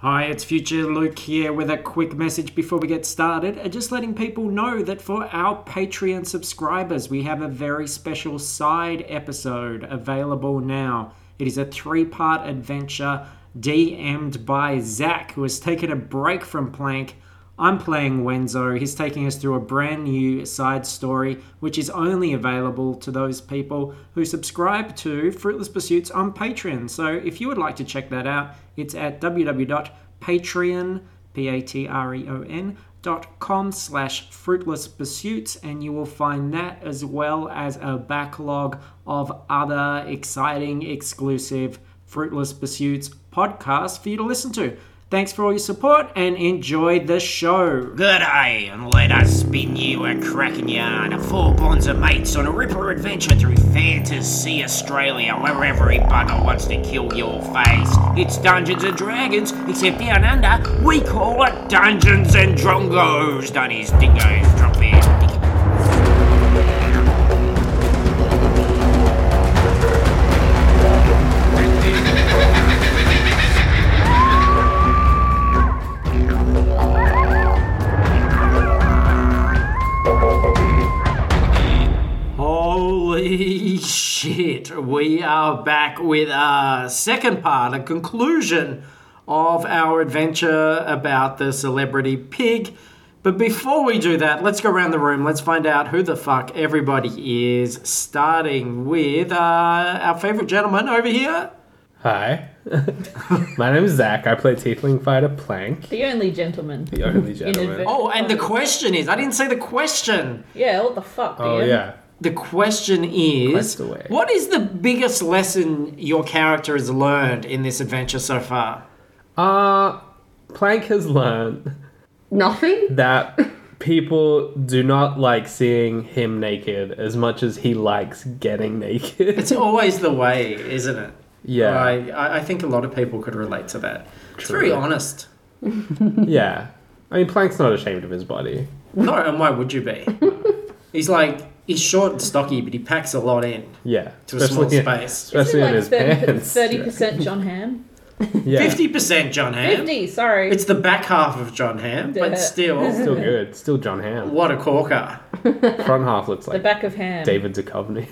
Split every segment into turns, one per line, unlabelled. Hi, it's Future Luke here with a quick message before we get started. And just letting people know that for our Patreon subscribers, we have a very special side episode available now. It is a three part adventure DM'd by Zach, who has taken a break from Plank. I'm playing Wenzo. He's taking us through a brand new side story, which is only available to those people who subscribe to Fruitless Pursuits on Patreon. So if you would like to check that out, it's at www.patreon, P-A-T-R-E-O-N, E dot com slash fruitless pursuits and you will find that as well as a backlog of other exciting exclusive fruitless pursuits podcasts for you to listen to thanks for all your support and enjoy the show
Good day, and let us spin you a cracking yarn of four bonds of mates on a ripper adventure through fantasy Australia, where every bugger wants to kill your face. It's Dungeons and Dragons, except down under, we call it Dungeons and Drongos. Dunnies, dingoes, trumpets, dick-
Holy shit, we are back with our second part, a conclusion of our adventure about the celebrity pig. But before we do that, let's go around the room. Let's find out who the fuck everybody is, starting with uh, our favorite gentleman over here.
Hi. My name is Zach. I play Tiefling Fighter Plank,
The only gentleman.
the only gentleman.
Inadvertent.
Oh, and the question is I didn't say the question.
Yeah, what the fuck,
Oh,
dude?
yeah.
The question is
Quest away.
What is the biggest lesson your character has learned in this adventure so far?
Uh, Plank has learned
Nothing?
that people do not like seeing him naked as much as he likes getting naked.
It's always the way, isn't it?
Yeah.
I, I- I think a lot of people could relate to that. It's
True.
very honest.
yeah. I mean, Plank's not ashamed of his body.
No, and why would you be? he's like, he's short and stocky, but he packs a lot in
Yeah.
to a small
in-
space.
Especially in his pants.
percent John Ham.
Yeah.
50% John Ham.
Fifty, sorry.
It's the back half of John Ham,
Yeah.
but still,
Still good. Still John Hamm.
what a corker.
Front half looks
the
like
back of Ham.
David Duchovny.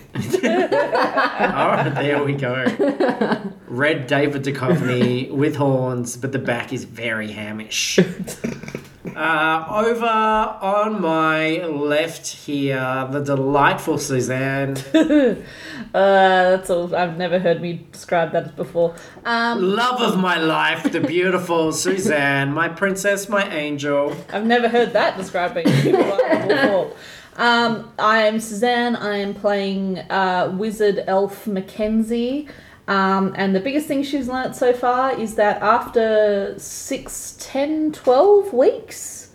All right, there we go. Red David Duchovny with horns, but the back is very hamish. Uh, over on my left here, the delightful Suzanne.
Uh, that's all. I've never heard me describe that before. Um,
Love of my life, the beautiful Suzanne, my princess, my angel.
I've never heard that described by people like before. Um, I am Suzanne. I am playing uh, wizard elf Mackenzie. Um, and the biggest thing she's learnt so far is that after 6, 10, 12 weeks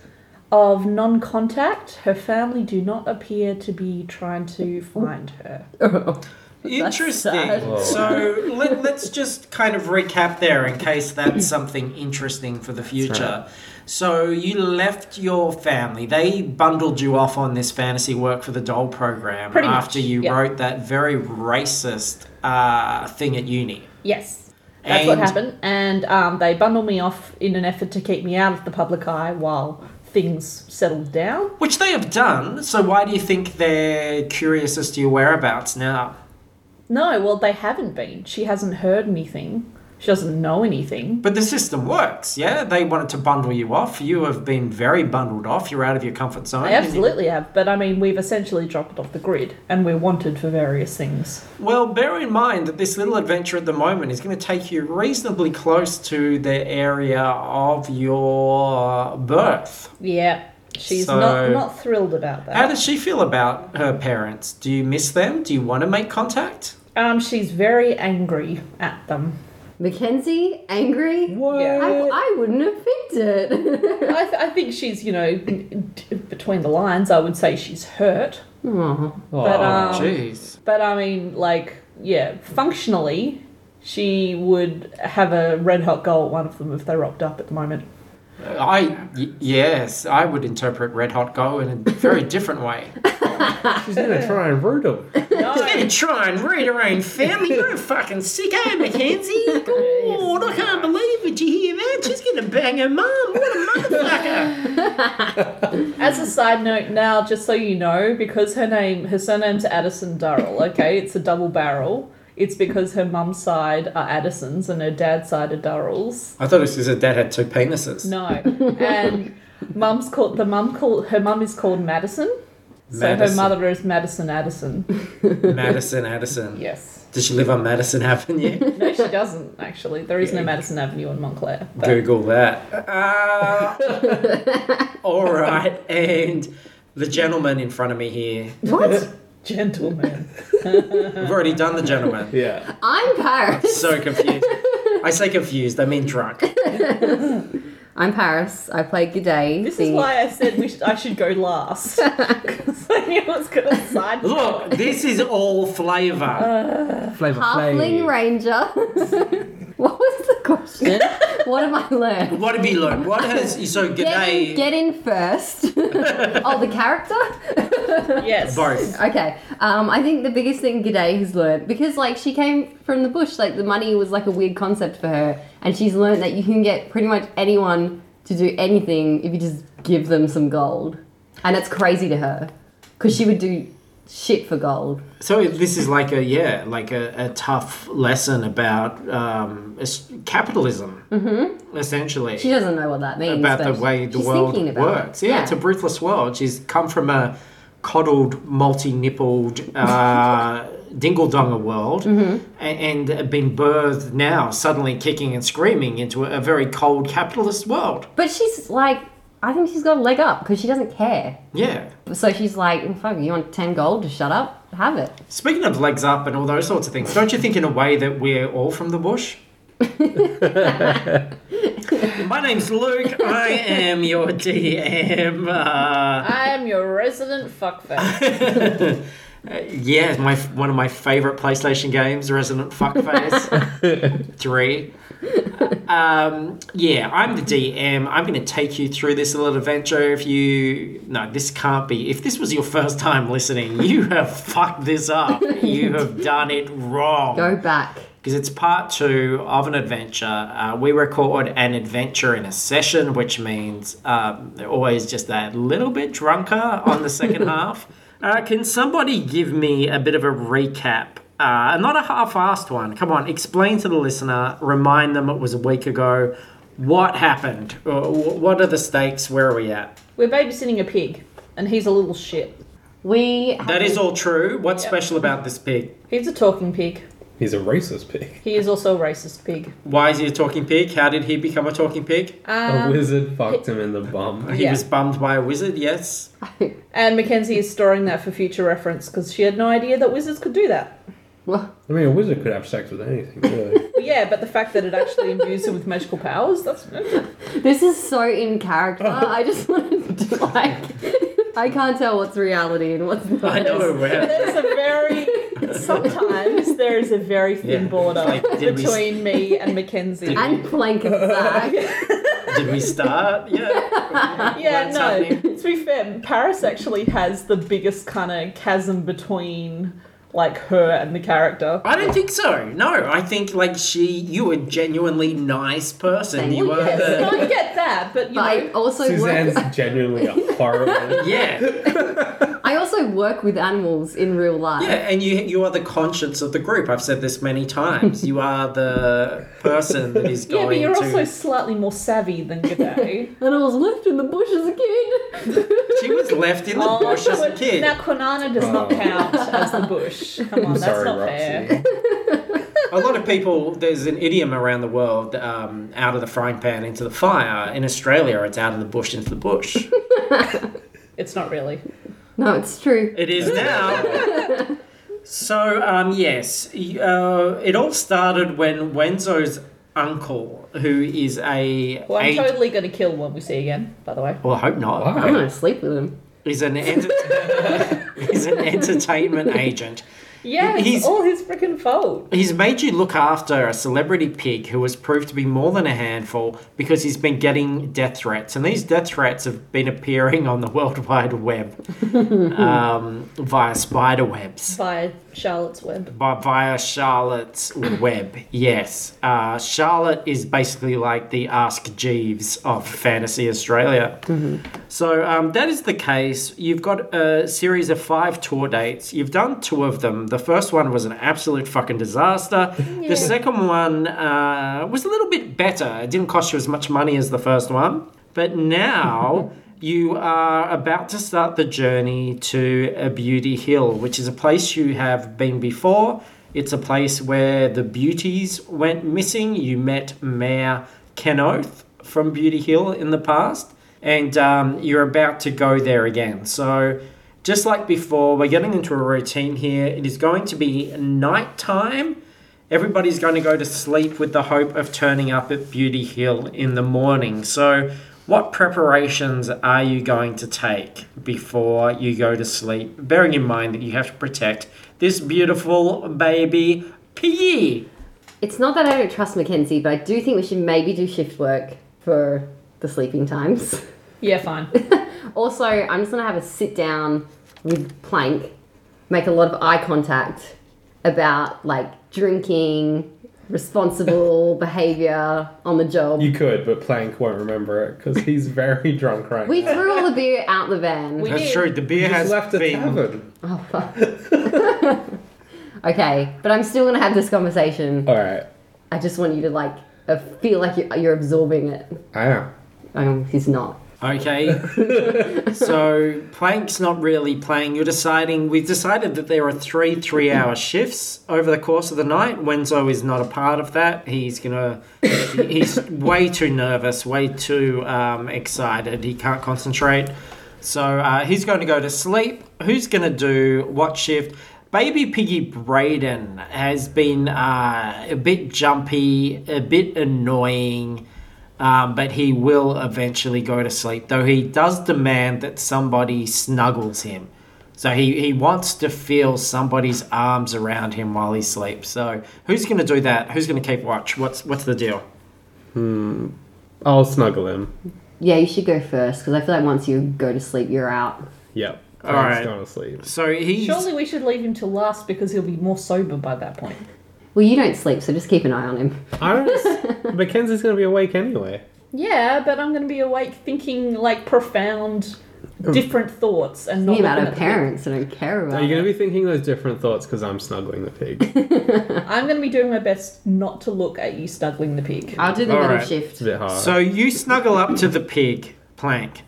of non contact, her family do not appear to be trying to find her. sad.
Interesting. So let, let's just kind of recap there in case that's something interesting for the future. So you left your family. They bundled you off on this fantasy work for the doll program
Pretty much,
after you
yeah.
wrote that very racist uh, thing at uni.
Yes. That's what
And-
happened. And um, they bundled me off in an effort to keep me out of the public eye while things settled down.
Which they have done. So why do you think they're curious as to your whereabouts now?
No, well, they haven't been. She hasn't heard anything. She doesn't know anything.
But the system works, yeah? They wanted to bundle you off. You have been very bundled off. You're out of your comfort zone.
They absolutely have, but I mean, we've essentially dropped off the grid and we're wanted for various things.
Well, bear in mind that this little adventure at the moment is going to take you reasonably close to the area of your birth.
Yeah, she's
So-
not, not thrilled about
How
that.
does she feel about her parents? Do you miss them? Do you want to make contact?
Um, she's very angry at them.
Mackenzie? Angry?
What?
Yeah.
I, I wouldn't have picked it.
I, th- I think she's, you know, between the lines, I would say she's hurt.
Aw.
But, um,
Jeez.
But I mean, like, yeah, functionally, she would have a red hot go at one of them if they rocked up at the moment.
I, y- yes, I would interpret Red Hot Go in a very different way.
She's gonna try and root him.
No,
try and read her own family. You're a fucking sicko, Mackenzie. God, I can't believe it. You hear that? She's going to
bang her mum. What a motherfucker!
As a side note, now just so you know, because her name, her surname's Addison Durrell. Okay, it's a double barrel. It's because her mum's side are Addisons and her dad's side are Durrells.
I thought it was because her dad had two penises.
No, and mum's called the mum called her mum is called Madison.
Madison.
So her mother is Madison Addison.
Madison Addison.
Yes.
Does she live on Madison Avenue?
No, she doesn't actually. There is no Madison Avenue in Montclair. but-
Google that. Uh, all right, and the gentleman in front of me here.
What?
Gentleman.
We've already done the gentleman.
Yeah.
I'm Paris.
So confused. I say confused. I mean drunk.
I'm Paris. I play G'day.
This
the-
is why I said we should, I should go last. Because I knew I was going to side.
Look, this is all flavour.
Flavor
Halfling Ranger. what was the question? what have I learned?
What have you learned? What has so
Get in,
g'day?
get in first. oh, the character?
Yes.
Both.
okay. Um, I think the biggest thing G'day has learned, because like she came from the bush, like the money was like a weird concept for her, and she's learned that you can get pretty much anyone to do anything if you just give them some gold. And it's crazy to her. Because she would do shit for gold.
So this is like a yeah, like a, a tough lesson about um, es- capitalism, mm-hmm. essentially.
She doesn't know what that means.
about
but
the way the
she's
world
thinking about it.
works. Yeah, it's a ruthless world. She's come from a coddled, multi-nippled, uh, dingle-donger world,
Mm-hmm.
a- and, and been birthed now suddenly kicking and screaming into a, a very cold capitalist world.
But she's like, I think she's got a leg up because she doesn't care.
Yeah.
So she's like, fuck, you want 10 gold? Just shut up, have it.
Speaking of legs up and all those sorts of things, don't you think in a way that we're all from the bush? My name's Luke. I am your DM. Uh,
I am your resident fuckface.
Yeah, my one of my favorite PlayStation games, Resident Fuckface Three. Um, yeah, I'm the DM. I'm going to take you through this little adventure. If you no, this can't be. If this was your first time listening, you have fucked this up. You have done it wrong
Go back.
because it's part two of an adventure. Uh, we record an adventure in a session, which means um, they're always just that little bit drunker on the second half. Uh, can somebody give me a bit of a recap? Uh, not a half-assed one. Come on, explain to the listener. Remind them it was a week ago. What happened? Uh, wh- What are the stakes? Where are we at?
We're babysitting a pig, and he's a little shit.
We. have-
That is all true. What's special about this pig?
He's a talking pig.
He's a racist pig.
He is also a racist pig.
Why is he a talking pig? How did he become a talking pig?
Oh,
Um,
a wizard fucked him in the bum.
He
yeah.
was bummed by a wizard. Yes.
And Mackenzie is storing that for future reference because she had no idea that wizards could do that.
Well,
I mean, a wizard could have sex with anything, really.
But yeah, but the fact that it actually imbues him with magical powers, that's.
this is so in character.
Oh.
I just wanted to, like, I can't tell what's reality and what's not.
I know where.
There's a very. Sometimes there is a very thin
Yeah.
border
Like, did we-
between me and Mackenzie.
And plank and sack.
Did we start? Yeah.
Yeah,
What's
no.
happening?
To be fair, Paris actually has the biggest kind of chasm between like her and the character.
I don't think so. No, I think like she, you were genuinely nice person.
Thank
You
you.
were
No,
the
I get that, but you
But I
know,
also work.
Suzanne's genuinely a horrible.
yeah,
I also work with animals in real life.
yeah, and you you are the conscience of the group. I've said this many times. You are the person that is
yeah, but
going
you're
to.
also slightly more savvy than G'day.
And I was left in the bush as a kid.
She was left in the bush as a kid.
Oh, Now Quinana does not
Oh.
count as the bush. Come on,
I'm
that's
sorry,
not
Roxy.
fair.
A lot of people, there's an idiom around the world, um, out of the frying pan into the fire. In Australia, it's out of the bush into the bush.
It's not really.
no, it's true.
It is now. so, um, yes, y- uh, it all started when Wenzo's uncle, who is a,
Well, I'm
a-
totally gonna kill when we see again. By the way,
well, I hope not.
Wow.
I'm gonna sleep with him.
Is an enter- is an entertainment agent.
yeah, it's
He's-
all his freaking fault.
He's made you look after a celebrity pig who has proved to be more than a handful because he's been getting death threats, and these death threats have been appearing on the World Wide Web um, via spider webs.
By Charlotte's Web.
by, via Charlotte's web. Yes, uh, Charlotte is basically like the Ask Jeeves of Fantasy Australia. So um, that is the case. You've got a series of five tour dates. You've done two of them. The first one was an absolute fucking disaster. The second one uh, was a little bit better. It didn't cost you as much money as the first one, but now. You are about to start the journey to a beauty hill, which is a place you have been before. It's a place where the beauties went missing. You met Mayor Kenoth from Beauty Hill in the past, and um, you're about to go there again. So, just like before, we're getting into a routine here. It is going to be nighttime. Everybody's going to go to sleep with the hope of turning up at Beauty Hill in the morning. So, what preparations are you going to take before you go to sleep? Bearing in mind that you have to protect this beautiful baby, Pee.
It's not that I don't trust Mackenzie, but I do think we should maybe do shift work for the sleeping times.
Yeah, fine.
Also, I'm just gonna have a sit down with Plank, make a lot of eye contact about like drinking, responsible behavior on the job.
You could, but Plank won't remember it because he's very drunk right
we
now.
threw all the beer out the van.
We
That's
did.
true. The beer
He
has
just left the
been.
tavern.
Oh fuck. okay, but I'm still gonna have this conversation.
All right,
I just want you to like uh, feel like you're, you're absorbing it.
I am.
Um, he's not.
Okay. so Plank's not really playing. You're deciding. We've decided that there are three three-hour shifts over the course of the night. Wenzo is not a part of that. He's gonna. he- he's way too nervous. Way too um, excited. He can't concentrate. So uh, he's going to go to sleep. Who's going to do what shift? Baby Piggy Braden has been uh, a bit jumpy, a bit annoying. Um, but he will eventually go to sleep, though he does demand that somebody snuggles him. So he, he wants to feel somebody's arms around him while he sleeps. So who's going to do that? Who's going to keep watch? What's what's the deal?
I'll snuggle him.
Yeah, you should go first because I feel like once you go to sleep, you're out.
Yep.
All
Plank's
right.
gone to sleep.
So he's
Surely we should leave him till last because he'll be more sober by that point.
Well, you don't sleep, so just keep an eye on him.
I don't. Mackenzie's gonna be awake anyway.
Yeah, but I'm going to be awake thinking like profound, different thoughts and not
Me about
looking
her
at the-
parents, I don't care about.
Oh, Are you gonna
Uh,
be thinking those different thoughts because I'm snuggling the pig?
I'm going to be doing my best not to look at you snuggling the pig.
I'll do the
All
middle
right.
shift.
It's a bit hard.
So you snuggle up to the pig plank,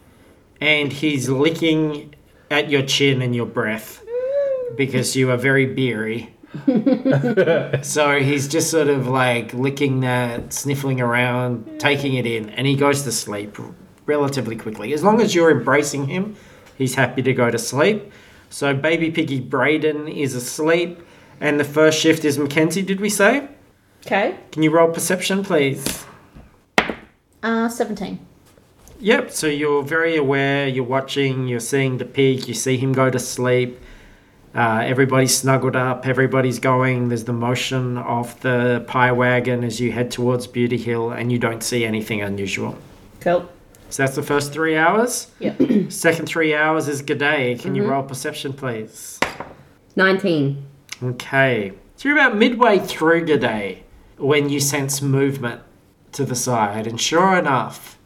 and he's licking at your chin and your breath because you are very beery. so he's just sort of like licking that, sniffling around, taking it in, and he goes to sleep relatively quickly. As long as you're embracing him, he's happy to go to sleep. So baby piggy Braden is asleep, and the first shift is Mackenzie. Did we say?
Okay.
Can you roll perception, please?
Uh, 17.
Yep, so you're very aware, you're watching, you're seeing the pig, you see him go to sleep. Uh, everybody's snuggled up, everybody's going. There's the motion of the pie wagon as you head towards Beauty Hill, and you don't see anything unusual.
Cool.
So that's the first three hours.
Yep.
Second three hours is G'day. Can you roll perception, please?
Nineteen.
Okay. So you're about midway through G'day when you sense movement to the side, and sure enough,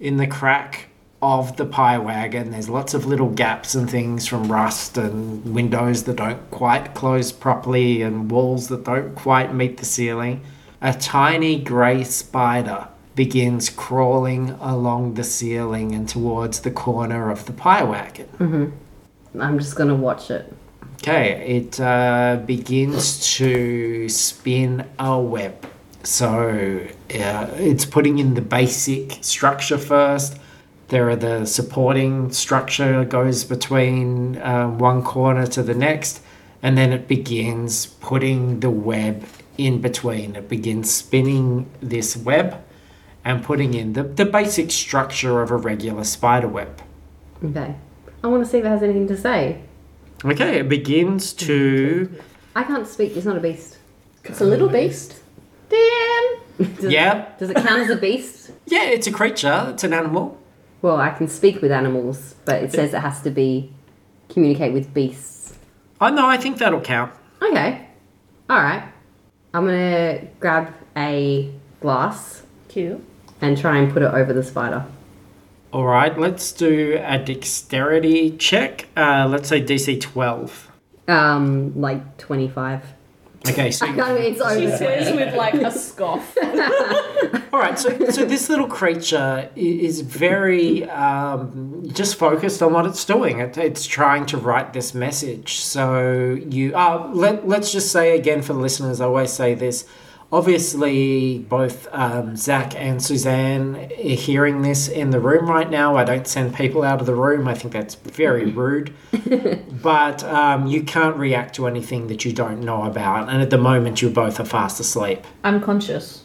in the crack of the pie wagon, there's lots of little gaps and things from rust and windows that don't quite close properly and walls that don't quite meet the ceiling. A tiny grey spider begins crawling along the ceiling and towards the corner of the pie wagon.
I'm just gonna watch it.
Okay, it uh, begins to spin a web. So uh, it's putting in the basic structure first. There are the supporting structure that goes between uh, one corner to the next, and then it begins putting the web in between. It begins spinning this web and putting in the, the basic structure of a regular spider web.
Okay. I want to see if it has anything to say.
Okay, it begins to.
I can't speak. It's not a beast.
It's a little beast. Damn!
Does,
Yeah,
Does it count as a beast?
Yeah, it's a creature. It's an animal.
Well, I can speak with animals, but it says it has to be communicate with beasts.
Oh no, I think that'll count.
Okay. All right. I'm gonna grab a glass
Cute.
and try and put it over the spider.
All right, let's do a dexterity check. Uh, let's say DC 12.
Um, like 25.
Okay, so
No, it's
She
over.
says with like a scoff.
All right, so, so this little creature i- is very um, just focused on what it's doing. It, it's trying to write this message. So you, uh, let, let's just say again for the listeners, I always say this. Obviously, both um, Zach and Suzanne are hearing this in the room right now. I don't send people out of the room. I think that's very rude. but um, you can't react to anything that you don't know about. And at the moment, you both are fast asleep.
I'm conscious.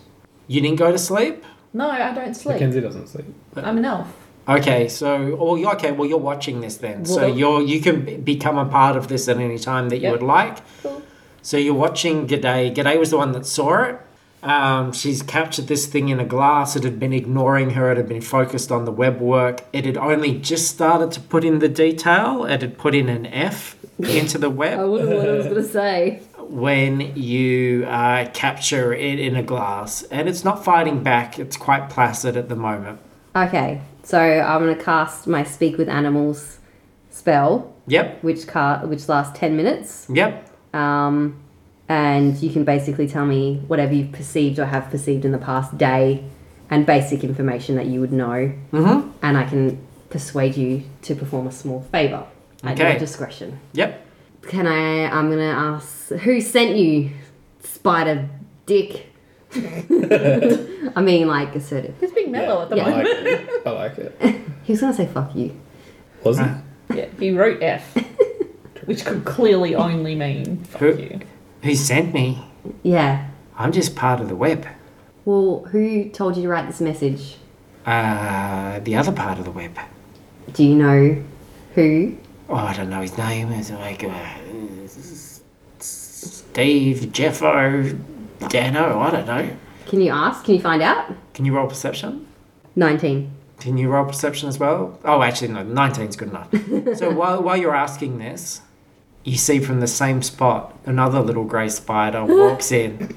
You didn't go to sleep?
No, I don't sleep.
Mackenzie doesn't sleep.
I'm an elf.
Okay, so or you- okay, well you're watching this then, so
Well-
you're you can b- become a part of this at any time that you
Yep.
would like.
Cool.
So you're watching G'day. G'day was the one that saw it. Um, she's captured this thing in a glass. It had been ignoring her. It had been focused on the web work. It had only just started to put in the detail. It had put in an F into the
I
web
wouldn't know what I was gonna say.
Oh.
when you uh, capture it in a glass, and it's not fighting back. It's quite placid at the moment.
Okay, so I'm gonna cast my speak with animals spell,
Yep.
which car which lasts ten minutes.
Yep.
Um, and you can basically tell me whatever you've perceived or have perceived in the past day and basic information that you would know. Mm-hmm. And I can persuade you to perform a small favour at
Okay.
your discretion.
Yep.
Can I? I'm going to ask who sent you, spider dick? I mean, like, assertive.
He's being mellow at the
Yeah.
I
moment.
like it. I like it.
He was going to say fuck you.
Was it?
Yeah, he wrote F, which could clearly only mean fuck
Who-
you.
Who sent me?
Yeah.
I'm just part of the web.
Well, who told you to write this message?
Uh, the other part of the web.
Do you know who?
Oh, I don't know his name. It's like uh, S- S- Steve, Jeffo, Dano. I don't know.
Can you ask? Can you find out?
Can you roll perception?
19.
Can you roll perception as well? Oh, actually, no. 19's good enough. so while while you're asking this, you see from the same spot another little grey spider walks in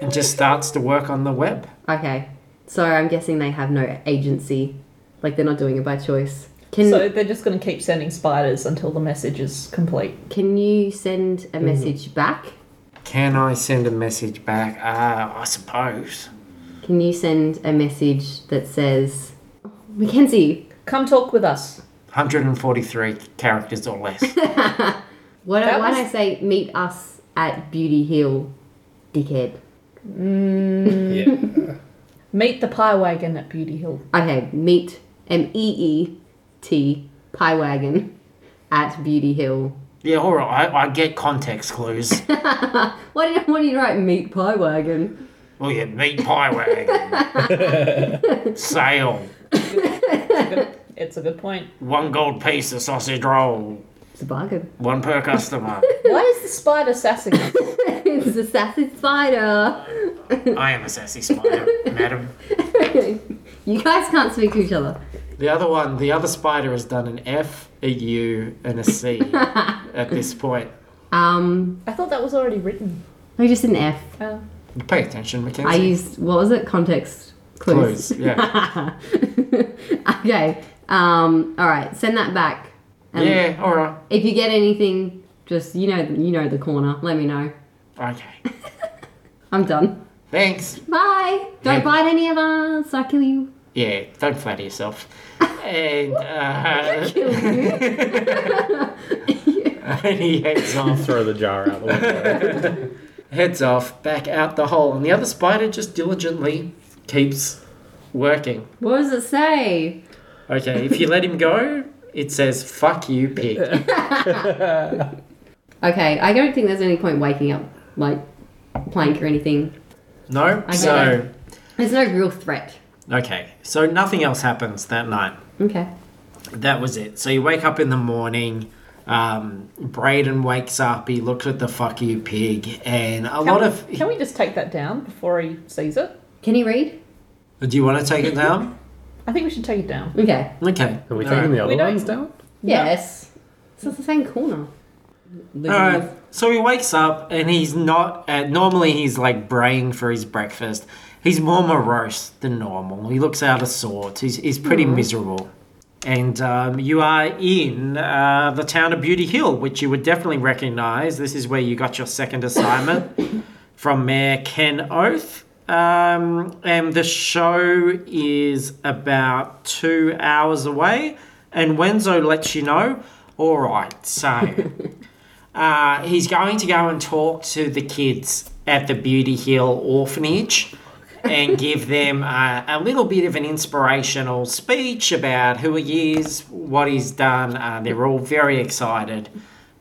and just starts to work on the web.
Okay. So I'm guessing they have no agency. Like they're not doing it by choice. Can
So they're just going to keep sending spiders until the message is complete.
can you send
Mhm.
a message back?
Can I send a message back? Ah, I suppose.
Can you send a message that says "Oh, Mackenzie,
Come talk with us.
143 characters or less.
why don't,
That
why
was-
don't I say meet us at Beauty Hill, dickhead?
Mm.
Yeah.
Meet the pie wagon at Beauty Hill.
Okay, meet M E E T Pie Wagon at Beauty Hill.
yeah, all right. I, I get context clues.
Why did why do you write meet Pie Wagon?
well, yeah, meat pie wagon. Sale.
It's a good point.
One gold piece of sausage roll.
It's a bargain.
One per customer.
Why is the spider sassing us?
it's a sassy spider.
I am a sassy spider, madam.
you guys can't speak to each other.
The other one, the other spider has done an F, a U, and a C at this point.
Um,
I thought that was already written.
I just an F.
Oh.
Pay attention, Mackenzie.
I used what was it? Context clues.
clues. Yeah.
okay. Um, all right. Send that back. And
yeah, all right.
If you get anything, just you know you know the corner. Let me know.
Okay.
I'm done.
Thanks.
Bye. Don't
Yeah.
bite any of us. I kill you.
Yeah, don't flatter yourself. And uh, and he heads off.
Throw the jar out the window.
Heads off, back out the hole, and the other spider just diligently keeps working.
What does it say?
Okay, if you let him go, it says "fuck you, pig."
Okay. I don't think there's any point waking up like plank or anything.
No,
Okay.
so
There's no real threat.
okay, so nothing else happens that night.
Okay.
that was it. So you wake up in the morning. Um, Braden wakes up. He looks at the "fuck you, pig," and a lot of.
Can we just take that down before he sees it?
Can you read?
Do you want to take it down?
I think we should take it down.
Okay.
Okay.
Are we
All right.
taking the other
We don't-
ones down?
Yes. So it's the same corner. Losing
All right.
his-
So he wakes up and he's not. Uh, normally, he's like braying for his breakfast. He's more morose than normal. He looks out of sorts. He's, he's pretty miserable. And um, you are in uh, the town of Beauty Hill, which you would definitely recognize. This is where you got your second assignment from Mayor Ken Oath. Um, and the show is about two hours away. And Wenzo lets you know, all right, so uh, he's going to go and talk to the kids at the Beauty Hill orphanage and give them uh, a little bit of an inspirational speech about who he is, what he's done. Uh, they're all very excited.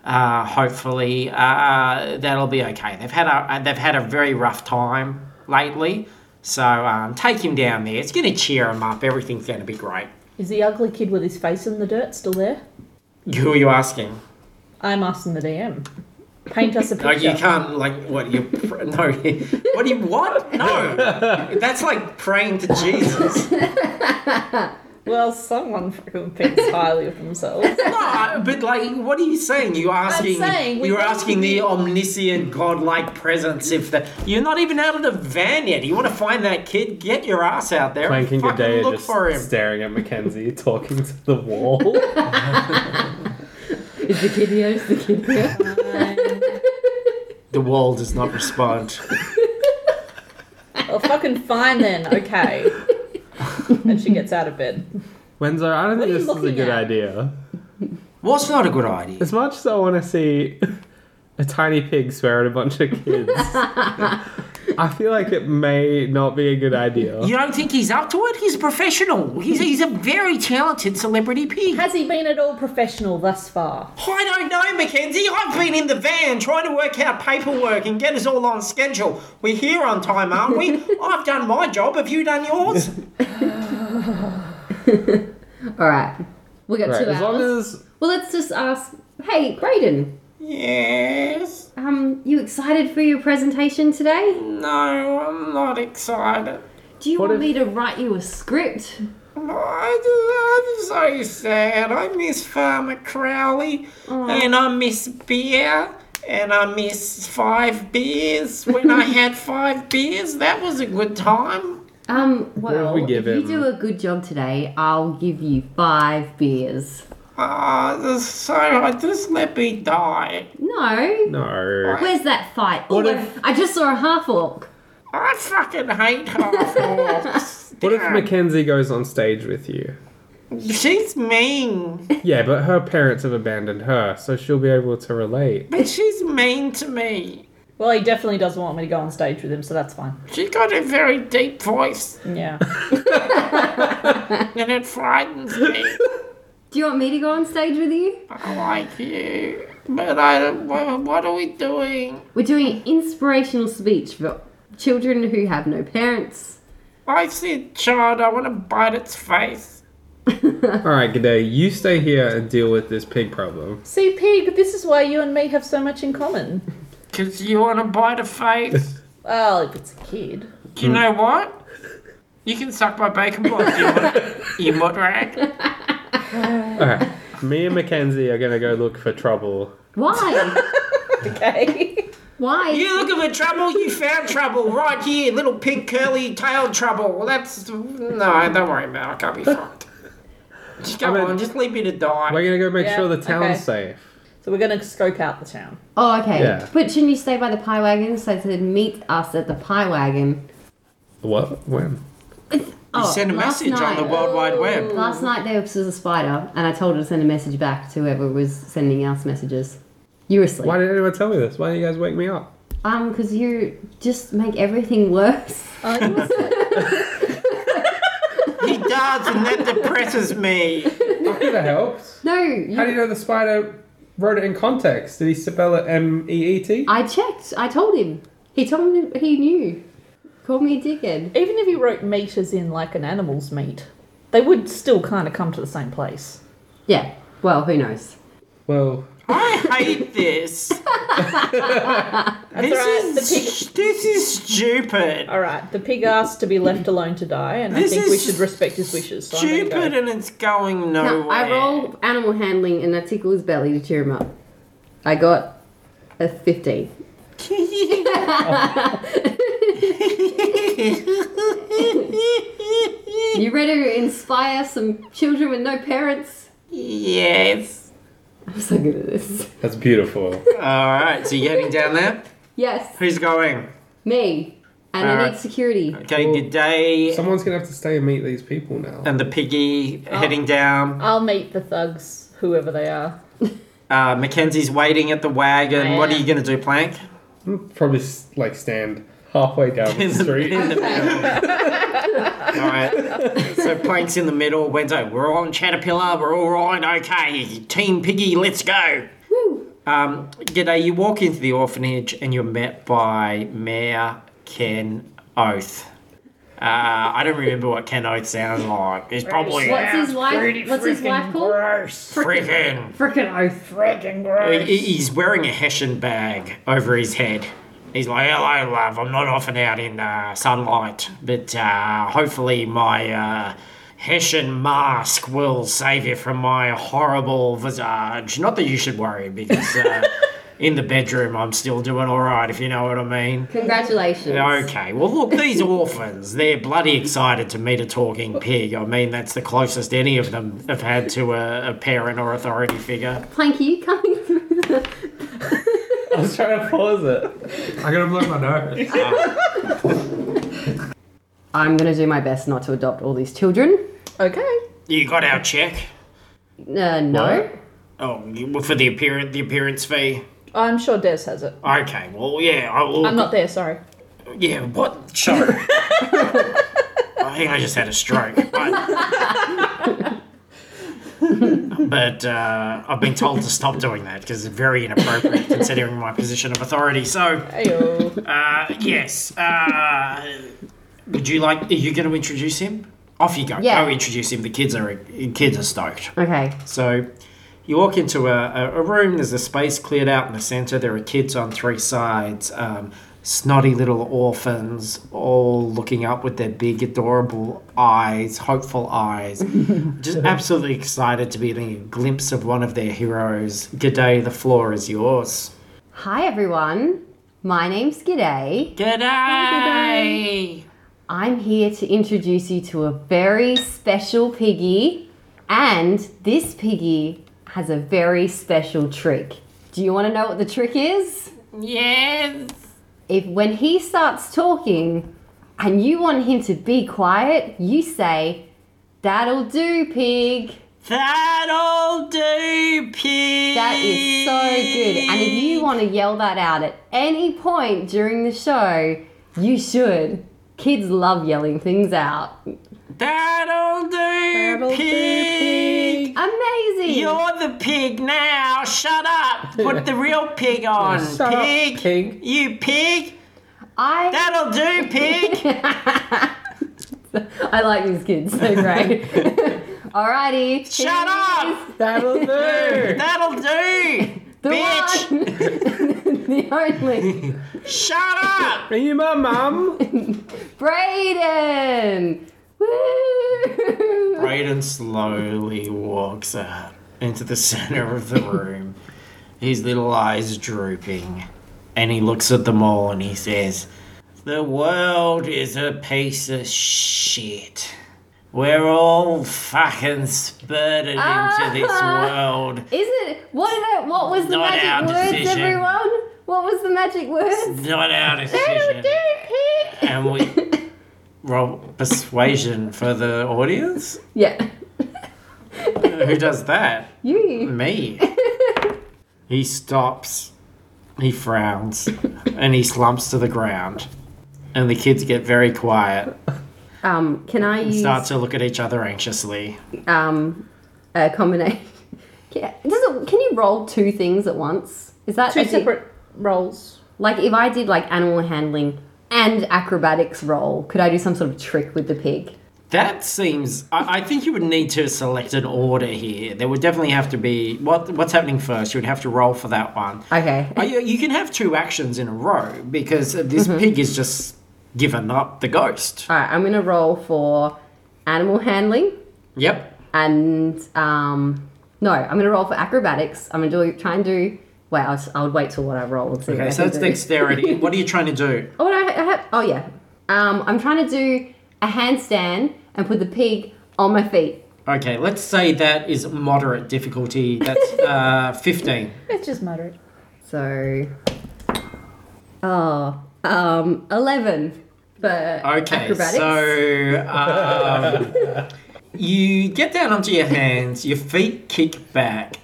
Uh, hopefully, uh, that'll be okay. They've had a uh, they've had a very rough time lately, so um, take him down there. It's going to cheer him up. Everything's going to be great.
Is the ugly kid with his face in the dirt still there?
Who are you asking?
I'm asking the DM. Paint us a picture.
Like you can't like what you pr- no what do you what no that's like praying to Jesus
Well, someone fucking thinks highly of themselves.
no but like what are you saying you asking
saying we
you're
don't-
asking the omniscient godlike presence if the you're not even out of the van yet you want to find that kid get your ass out there
Plank and
and fucking
Gadea
look
just
for him
staring at Mackenzie, talking to the wall.
Is the kid here? Is the kid here?
the wall does not respond
well, fucking fine then. Okay. and she gets out of bed.
Wenzo, I don't think
are you
this is a
looking
good
at?
idea.
what's not a good idea
As much as I want to see a tiny pig swear at a bunch of kids, I feel like it may not be a good idea.
you don't think he's up to it he's a professional he's, he's a very talented celebrity pig
Has he been at all professional thus far?
I don't know, Mackenzie. I've been in the van trying to work out paperwork and get us all on schedule. We're here on time, aren't we? I've done my job. Have you done yours?
All right. We got
Right,
two
as long
hours.
as
Well, let's just ask. Hey, Brayden.
Yes.
Um, you excited for your presentation today?
No, I'm not excited.
Do you
What
want
if-
me to write you a script?
I, am so sad. I miss Farmer Crowley, and I miss beer, and I miss five beers. When I had five beers, that was a good time.
Um, well,
we give
if
him-
you do a good job today, I'll give you five beers.
Ah, so I just let me die.
No.
no.
Where's that fight?
What
oh,
if-
I just saw a half orc.
I fucking hate half-orcs.
What if
Damn.
Mackenzie goes on stage with you?
She's mean.
Yeah, but her parents have abandoned her, so she'll be able to relate.
But she's mean to me.
Well, he definitely doesn't want me to go on stage with him, so that's fine.
She's got a very deep voice,
Yeah.
and it frightens me.
Do you want me to go on stage with you?
I like you. But I don't, wha- what are we doing?
We're doing an inspirational speech for children who have no parents.
I see a child, I want to bite its face.
Alright, G'day, you stay here and deal with this pig problem.
See, Pig, this is why you and me have so much in common.
Because you want to bite a face?
Well, if it's a kid.
Do you know what? You can suck my bacon box, you, mut- you mutt rag.
Alright, me and Mackenzie are gonna go look for trouble.
Why?
Okay.
Why?
You looking for trouble? You found trouble right here, little pink curly tailed trouble. Well, that's no, don't worry about. it. I can't be fucked. Just go
I mean-
on, just leave me to die.
We're gonna go make
Yeah,
sure the town's safe.
So we're going to scope out the town.
Oh, okay.
Yeah.
But shouldn't you stay by the pie wagon? So I said, meet us at the pie wagon.
What? When?
Oh,
you send a
last
message on
night-
the World Wide Web.
Last night there was a spider, and I told her to send a message back to whoever was sending us messages. You were asleep.
Why didn't anyone tell me this? Why didn't you guys wake me up?
Um, because you just make everything worse.
Oh, you must-
He does, and that depresses me.
I could have helped.
No, you
How do you know the spider wrote it in context? Did he spell it M E E T?
I checked. I told him. He told me he knew. Called me a dickhead.
Even if you wrote meat as in like an animal's meat, they would still kind of come to the same place.
Yeah. Well, who knows?
Well,
I hate this. this
alright, the pig-
is this is stupid,
All right, the pig asked to be left alone to die, and
This
I think we
is
should respect his wishes. So I'm gonna go.
stupid, and it's going
Now,
nowhere.
I roll animal handling and I tickle his belly to cheer him up. I got a 15. you ready to inspire some children with no parents?
Yes.
I'm so good at this.
That's beautiful.
All right. So you're heading down there.
Yes,
Who's going?
me. And I
Alright.
need security.
Okay. Good day.
Someone's gonna have to stay and meet these people now.
And the piggy heading down.
I'll meet the thugs, whoever they are.
Uh, Mackenzie's waiting at the wagon.
I
what are
am.
you gonna do, Plank?
Probably s- like stand halfway down the
In the,
street.
in the middle. all right. So Plank's in the middle. Wenzo, we're on Caterpillar. We're all right. Okay. Team Piggy, let's go.
Woo!
Um, g'day. You walk into the orphanage and you're met by Mayor Ken Oath. Uh, I don't remember what Ken Oath sounds like. It's probably
What's his wife? What's his wife called?
gross. Freaking.
Frickin' oath.
Freaking gross. He's wearing a Hessian bag over his head. He's like, hello, love. I'm not often out in uh, sunlight, but uh, hopefully my uh, Hessian mask will save you from my horrible visage. Not that you should worry, because uh, in the bedroom I'm still doing all right, if you know what I mean.
Congratulations.
Okay, well, look, these orphans, they're bloody excited to meet a talking pig. I mean, that's the closest any of them have had to a, a parent uh, or authority figure.
Planky coming through the
I was trying to pause it. I gotta blow my nose.
I'm gonna do my best not to adopt all these children.
Okay.
You got our check?
Uh, no.
Oh, you- well, for the appearance, the appearance fee.
I'm sure Des has it.
Okay, well, yeah, I will.
I'm not there, sorry.
Yeah, what? Sure. I think I just had a stroke. I- but uh, I've been told to stop doing that because it's very inappropriate considering my position of authority. So,
Ayo.
uh, yes. Uh, would you like? Are you going to introduce him? Off you go.
Yeah.
Go introduce him. The kids are the kids are stoked.
Okay.
So you walk into a, a, a room, there's a space cleared out in the center. There are kids on three sides, um, snotty little orphans, all looking up with their big, adorable eyes, hopeful eyes. Just absolutely excited to be getting a glimpse of one of their heroes. G'day, the floor is yours.
Hi everyone. My name's G'day.
G'day!
I'm here to introduce you to a very special piggy, and this piggy has a very special trick. Do you want to know what the trick is?
Yes!
If when he starts talking, and you want him to be quiet, you say, "That'll do, pig."
That'll do, pig!
That is so good. And if you want to yell that out at any point during the show, you should. Kids love yelling things out.
That'll do,
do,
pig.
Amazing.
You're the pig now. Shut up. Put the real pig on.
Shut up,
pig.
pig.
You pig.
I
That'll do, pig.
I like these kids so great. Alrighty.
Shut up.
That'll do.
That'll do.
The
bitch.
one, the only,
Shut up.
Are you my mum?
Brayden. Woo!
Brayden slowly walks out into the center of the room, his little eyes drooping, and he looks at them all and he says, The world is a piece of shit. We're all fucking spurted into this
Ah.
world.
Is it? What? Did I, what was the
Not our
magic words,
decision.
everyone? What was the magic words?
Not our
That'll
decision.
do, pig.
And we roll persuasion for the audience?
Yeah.
Who does that?
You.
Me. He stops, he frowns, and he slumps to the ground. And the kids get very quiet,
Um, can I use
start to look at each other anxiously.
um a combination? Yeah. Does it, can you roll two things at once? Is that
Two
is it-
separate roles.
like if I did like animal handling and acrobatics roll, could I do some sort of trick with the pig?
That seems. I, I think you would need to select an order here. There would definitely have to be what what's happening first. You would have to roll for that one.
Okay.
Uh, you, you can have two actions in a row because this pig is just given up the ghost.
All right. I'm gonna roll for animal handling
Yep.
and um no, I'm gonna roll for acrobatics. I'm gonna do, try and do Wait, I'll, I'll wait till what I roll and see.
Okay,
what I
so
can
that's
do.
dexterity. what are you trying to do?
Oh, I, I have, oh yeah. Um, I'm trying to do a handstand and put the pig on my feet.
Okay, let's say that is moderate difficulty. That's uh, 15.
It's just moderate.
So, oh, um, eleven for
Okay,
acrobatics.
so um, you get down onto your hands, your feet kick back,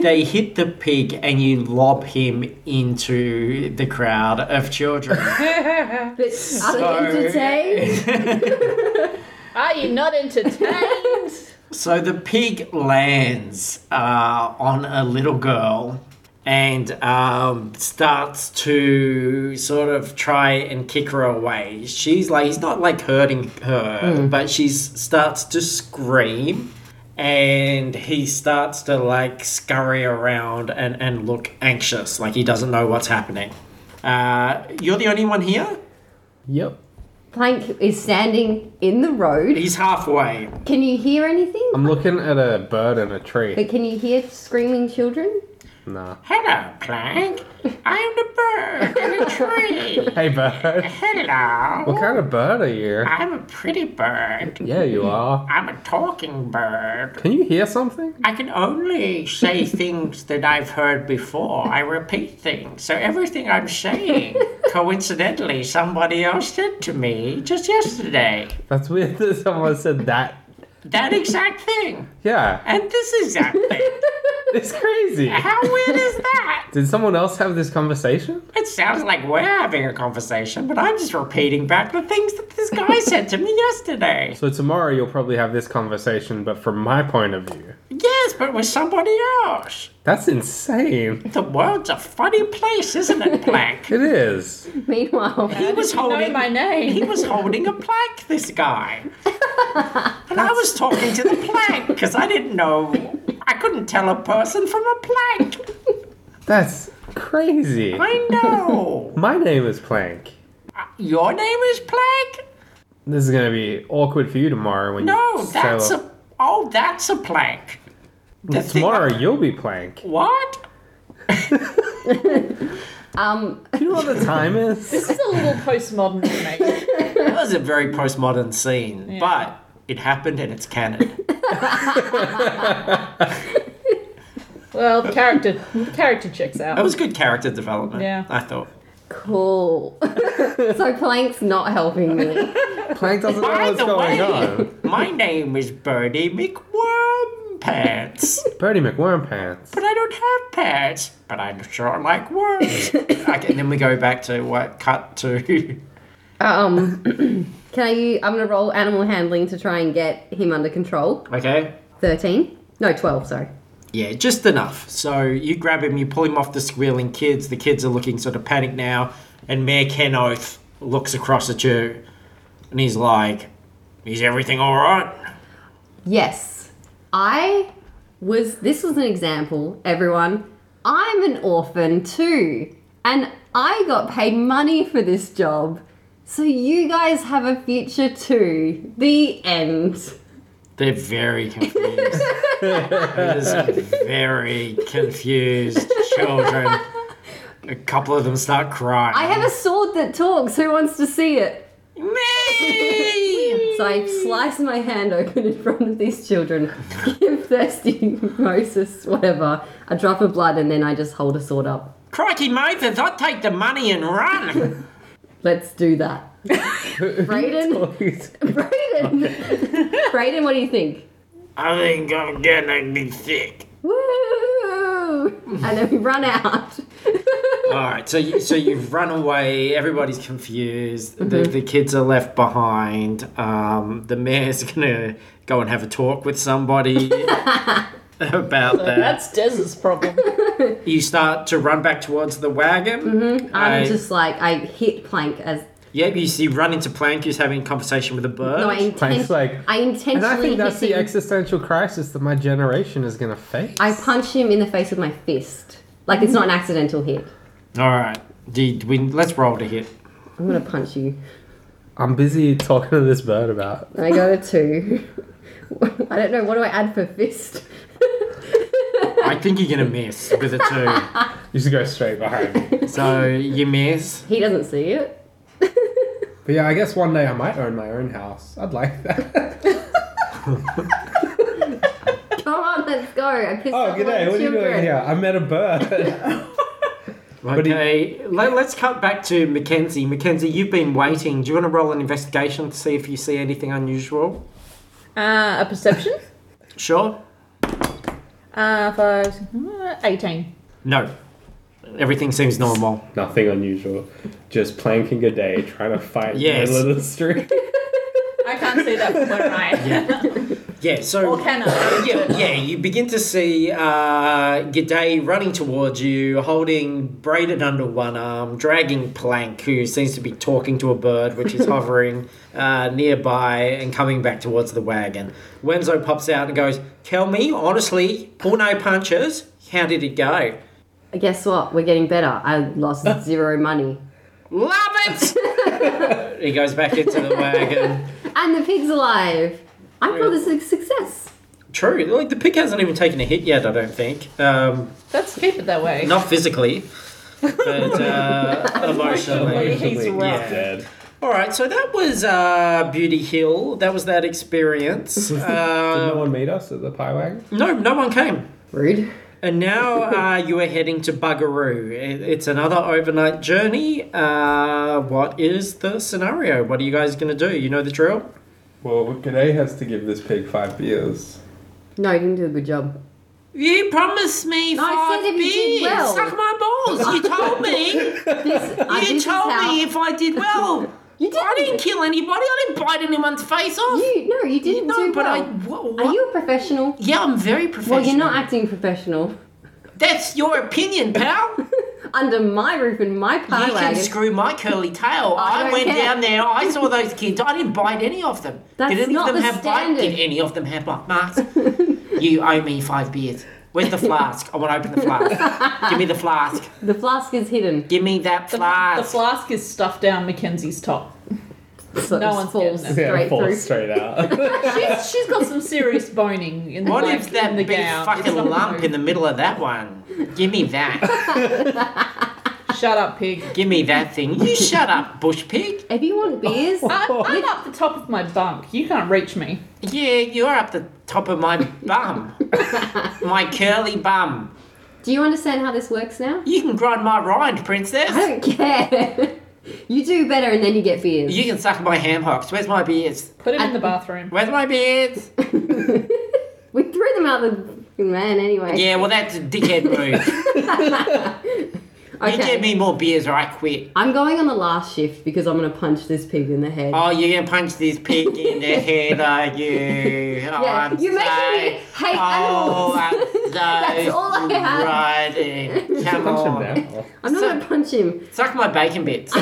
they hit the pig, and you lob him into the crowd of children.
but are they entertained?
Are you not entertained?
So the pig lands uh, on a little girl and um, starts to sort of try and kick her away. She's like, he's not like hurting her, but she starts to scream and he starts to like scurry around and, and look anxious, like he doesn't know what's happening. Uh, you're the only one here?
Yep.
Plank is standing in the road.
He's halfway.
Can you hear anything?
I'm looking at a bird and a tree.
But can you hear screaming children?
Nah.
Hello, Plank. I'm the bird in the tree.
Hey, bird.
Hello.
What kind of bird are you?
I'm a pretty bird.
Yeah, you are.
I'm a talking bird.
Can you hear something?
I can only say things that I've heard before. I repeat things. So everything I'm saying, coincidentally, somebody else said to me just yesterday.
That's weird that someone said that.
That exact thing.
Yeah,
And this exact thing.
it's crazy.
How weird is that?
Did someone else have this conversation?
It sounds like we're having a conversation, but I'm just repeating back the things that this guy said to me yesterday.
So tomorrow you'll probably have this conversation, but from my point of view.
Yes, but with somebody else.
That's insane.
The world's a funny place, isn't it, Plank?
It is.
Meanwhile,
He was
know
holding
my name.
He was holding a plank. This guy, and I was talking to the plank because I didn't know. I couldn't tell a person from a plank.
That's crazy.
I know. Uh,
My name is Plank.
Your name is plank.
This is gonna be awkward for you tomorrow when
No,
you sail
that's
up-
a. Oh, that's a plank. The thing-
Tomorrow you'll be Plank.
What?
um,
Do you know what the time is?
This is a little postmodern remake.
That was a very postmodern scene, but it happened and it's canon.
Well, the character, the character checks
That
out.
was good character development,
Yeah.
I thought.
cool. so Plank's not helping me.
Plank doesn't know
By
what's
the
going
way-
on.
My name is Birdie McWorm Pants.
Birdie McWorm pants.
But I don't have pets. But I'm sure I like worms.
Okay, and then we go back to what cut to.
Um, can I? I'm gonna roll animal handling to try and get him under control.
okay.
Thirteen? No, twelve. Sorry.
Yeah, just enough. So you grab him, you pull him off the squealing kids. The kids are looking sort of panicked now, and Mayor Kenoth looks across at you, and he's like,
is everything all right?
Yes, I was. This was an example. Everyone, I'm an orphan too, and I got paid money for this job. So you guys have a future too. The end.
"They're very confused. There's very confused children." A couple of them start crying.
I have a sword that talks. Who wants to see it?
me.
So I slice my hand open in front of these children, give thirsty Moses, whatever, a drop of blood, and then I just hold a sword up.
Crikey, Moses, I'll take the money and run.
Let's do that. Brayden, Brayden, Brayden, what do you think?
I think I'm gonna be sick.
Woo! And then we run out.
All right, so you, so you've run away. Everybody's confused. The,
Mm-hmm.
the kids are left behind. Um, the mayor's gonna go and have a talk with somebody about that.
That's Dez's problem.
you start to run back towards the wagon. Mm-hmm.
I'm just like I hit plank as
Yep, you see, run into Plank who's having a conversation with a bird.
no, I
Plank's
inten-
like,
I intentionally
And I think that's
hit
the
him.
existential crisis that my generation is going to face.
I punch him in the face with my fist. Like it's not an accidental hit.
All right, do, do we, let's roll to hit.
I'm gonna punch you.
I'm busy talking to this bird about.
I got a two. I don't know. What do I add for fist?
I think you're gonna miss with a two.
You just go straight behind me.
So you miss.
He doesn't see it.
But yeah, I guess one day I might own my own house. I'd like that.
Come on, let's go. I pissed
oh,
off
good day.
my
What are you
children.
doing here? I met a bird. But he-
Okay, let, us cut back to Mackenzie. Mackenzie, you've been waiting. Do you want to roll an investigation to see if you see anything unusual?
Uh, a perception.
Sure.
Uh, five, uh, 18.
No. Everything seems normal.
Nothing unusual. Just planking a day trying to fight
Yes.
in the middle of the street.
I can't see that from where I am.
Yeah, so.
Or can I?
Yeah, yeah, you begin to see uh, G'day running towards you, holding braided under one arm, dragging Plank, who seems to be talking to a bird which is hovering uh, nearby and coming back towards the wagon. Wenzo pops out and goes, Tell me, honestly, pull no punches. How did it go?
Guess what? We're getting better. I lost zero money.
Love it! he goes back into the wagon.
And the pig's alive. I call this a success.
True, like the pig hasn't even taken a hit yet, I don't think. Um,
Let's keep it that way.
not physically, but uh, emotionally.
Emotionally. he's rough.
dead.
All right, so that was uh, Beauty Hill. That was that experience.
Did no
Uh,
one meet us at the pie wagon?
no, no one came.
Rude.
And now uh, you are heading to Bugaroo. It- It's another overnight journey. Uh, what is the scenario? What are you guys going to do? You know the drill?
Well, G'day has to give this pig five beers.
No, you didn't do a good job.
You promised me
No, I five said if you did beers. well. Suck
my balls. You told me.
This, I, this is how-
if I did well.
You didn't.
kill anybody. I didn't bite anyone's face off.
You no, you didn't do well. Are you a professional?
Yeah, I'm very professional.
Well, you're not acting professional.
That's your opinion, pal.
Under my roof in my
You
pie
can
wagon.
screw my curly tail.
I
I,
don't
went
care.
down there. I saw those kids. I didn't bite any of them.
That's
Did any
not
of them
the
have bite? Did
standard.
any of them have bite marks? you owe me five beers. Where's the flask? I want to open the flask. Give me the flask.
the flask is hidden.
Give me that
The, the
flask.
flask is stuffed down Mackenzie's top.
So
No
it
one's
falls
getting
straight
yeah, fall
through.
straight out.
She's, she's got some serious boning in the
What
like,
if that
in the
big
gown.
fucking
It's not
lump
good.
in the middle of that one? Give me that.
Shut up, pig.
Give me that thing. You shut up, bush pig.
If you want beers,
I'm, I'm up the top of my bunk. You can't reach me.
Yeah, you're up the top of my bum. my curly bum.
do you understand how this works now?
You can grind my rind, princess.
I don't care. you do better and then you get beers.
You can suck my ham hocks. Where's my beers?
Put him in
I-
the bathroom.
Where's my beers?
we threw them out the fucking van anyway.
Yeah, well, that's a dickhead move. You
okay.
get me more beers or I quit.
I'm going on the last shift because I'm gonna punch this pig in the head.
Oh, you're gonna punch this pig in the head, are you? Oh,
Yeah,
I'm
you're making
so-
me hate
Oh,
animals.
I'm so
That's all I have.
Right, come
Oh.
Punch
on.
him now.
I'm not
so-
gonna punch him.
Suck my bacon bits.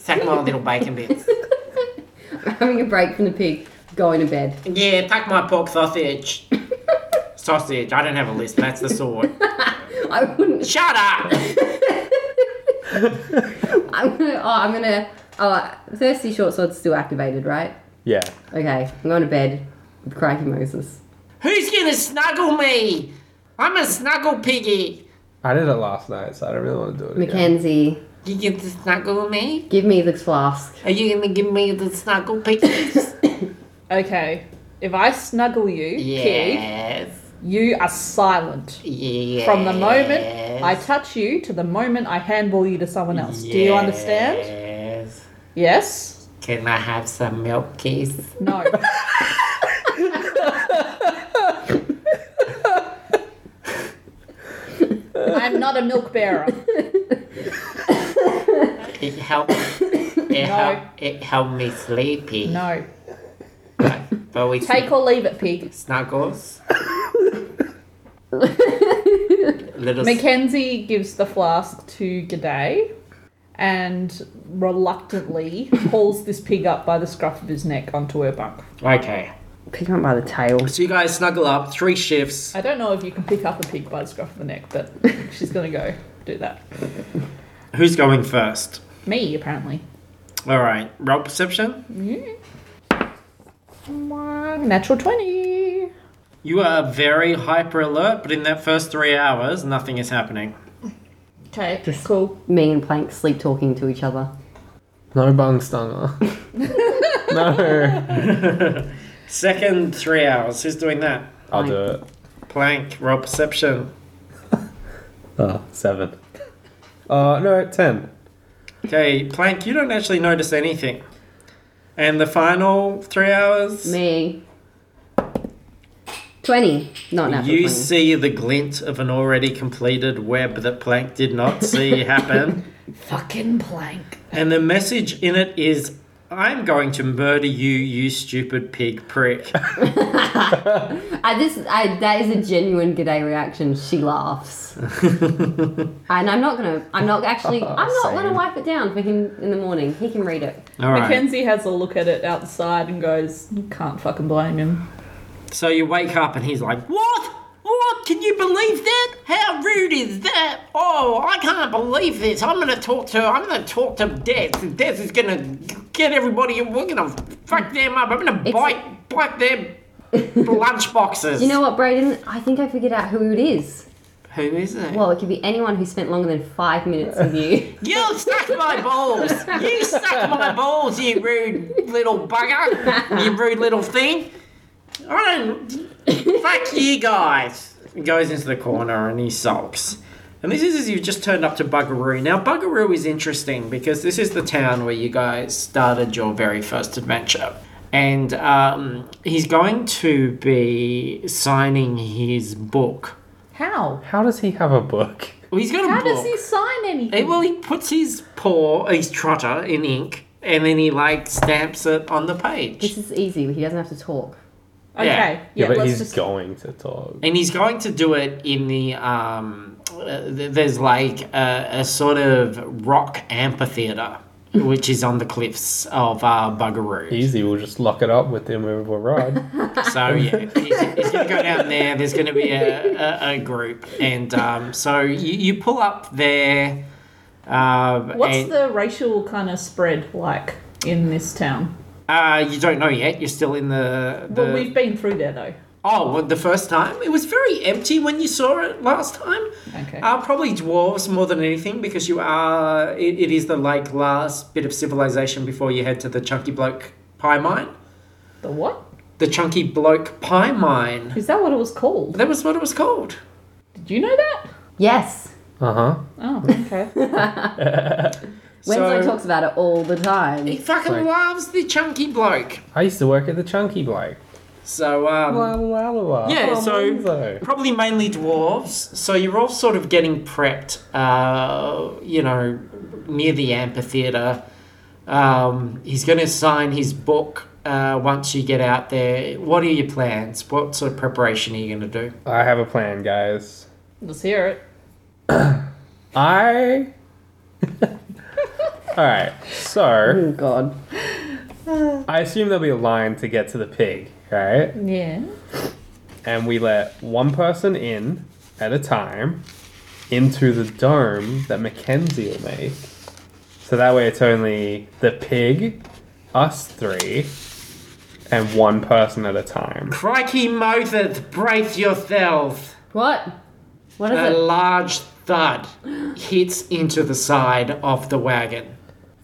Suck my little bacon bits.
I'm having a break from the pig, going to bed.
Yeah, tuck my pork sausage. Sausage. I don't have a list. That's the sword.
I wouldn't.
Shut up.
I'm gonna. Oh, I'm gonna. Oh, thirsty short sword's still activated, right?
Yeah.
Okay, I'm going to bed with Crikey Moses.
Who's gonna snuggle me? I'm a snuggle piggy.
I did it last night, so I don't really want to do it again.
Mackenzie,
You get to snuggle me?
give me the flask.
Are you gonna give me the snuggle piggies?
Okay. If I snuggle you, pig,
yes.
you are silent.
Yes.
From the moment I touch you to the moment I handball you to someone else. Do you understand?
Yes.
Yes?
Can I have some milk kiss?
No. I'm not a milk bearer.
It helped. It,
No.
help, it helped me sleepy.
No.
But, but we
Take or leave it, pig.
snuggles. Little s-
Mackenzie gives the flask to G'day and reluctantly pulls this pig up by the scruff of his neck onto her bunk.
Okay.
Pick him up by the tail.
So you guys snuggle up, three shifts.
I don't know if you can pick up a pig by the scruff of the neck, but she's gonna go do that.
Who's going first?
Me, apparently.
All right, roll
Mm.
perception.
One natural 20.
You are very hyper alert, but in that first three hours, nothing is happening.
Okay, cool.
Me and Plank sleep talking to each other.
No bung stunger. no.
Second three hours, who's doing that?
I'll do it.
Plank, roll perception.
Oh, seven. Uh, no, ten.
Okay, Plank, you don't actually notice anything. And the final three hours,
Me. 20. Not natural.
you
20.
see the glint of an already completed web that Plank did not see happen.
Fucking plank.
And the message in it is I'm going to murder you, you stupid pig prick.
I, this, I, that is a genuine G'day reaction. She laughs. and I'm not going to, I'm not actually, I'm not going to
Same.
wipe it down for him in the morning. He can read it.
All right.
Mackenzie has a look at it outside and goes, "Can't fucking blame him."
So you wake up and he's like, What? What? Can you believe that? How rude is that? Oh, I can't believe this. I'm gonna talk to I'm gonna talk to Death. and Death is gonna get everybody and we're gonna fuck them up. I'm gonna
It's-
bite bite their lunchboxes.
You know what, Brayden? I think I figured out who it is.
Who is it?
Well, it could be anyone who spent longer than five minutes with you.
You suck my balls! You suck my balls, you rude little bugger! You rude little thing! I don't. Fuck you guys! He goes into the corner and he sulks. And this is as you've just turned up to Bugaroo. Now, Bugaroo is interesting because this is the town where you guys started your very first adventure. And um, he's going to be signing his book.
How?
How does he have a book?
Well, he's got a
How
book.
does he sign anything?
Hey, well, he puts his paw, his trotter, in ink, and then he like stamps it on the page.
This is easy. He doesn't have to talk.
okay,
yeah.
yeah,
Yeah, but
let's
he's
just.
going to talk.
And he's going to do it in the um. uh, th- There's like a, a sort of rock amphitheater, which is on the cliffs of uh, Bugaroo.
Easy, we'll just lock it up with the immovable rod.
So yeah, he's, he's going to go down there. There's going to be a, a, a group, and um, so you, you pull up there. Um,
What's
and,
the racial kind of spread like in this town?
Uh, you don't know yet. You're still in the. the
well, we've been through there though.
Oh, well, the first time? It was very empty when you saw it last time.
Okay.
Uh, probably dwarves more than anything because you are. It, it is the like last bit of civilization before you head to the Chunky Bloke Pie Mine.
the what?
The Chunky Bloke Pie Mine.
Is that what it was called?
That was what it was called.
Did you know that?
Yes.
Uh huh.
Oh, okay.
Winslow
So-
talks about it all the time.
He fucking
Right.
loves the Chunky Bloke.
I used to work at the Chunky Bloke.
So, um.
La la la la.
Yeah,
Oh,
so-
Monzo.
Probably mainly dwarves. So you're all sort of getting prepped, uh, you know, near the amphitheater. Um, he's going to sign his book uh, once you get out there. What are your plans? What sort of preparation are you going to do?
I have a plan, guys.
Let's hear it.
I. All right. So
Oh, God.
I assume there'll be a line to get to the pig, right?
Yeah.
And we let one person in at a time into the dome that Mackenzie will make. So that way it's only the pig, us three, and one person at a time.
Crikey, Motheth, brace yourself.
What? What is
A
it? large
large thud hits into the side of the wagon.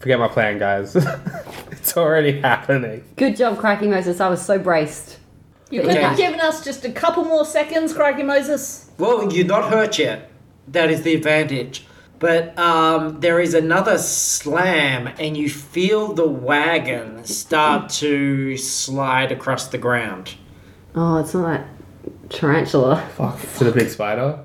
Forget my plan, guys. it's already happening.
Good job, Cracking Moses. I was so braced.
You could have
Okay.
given us just a couple more seconds, Crikey Moses.
Well, you're not hurt yet. That is the advantage. But um, there is another slam, and you feel the wagon start to slide across the ground.
Oh, it's not that tarantula.
Fuck. To the big spider.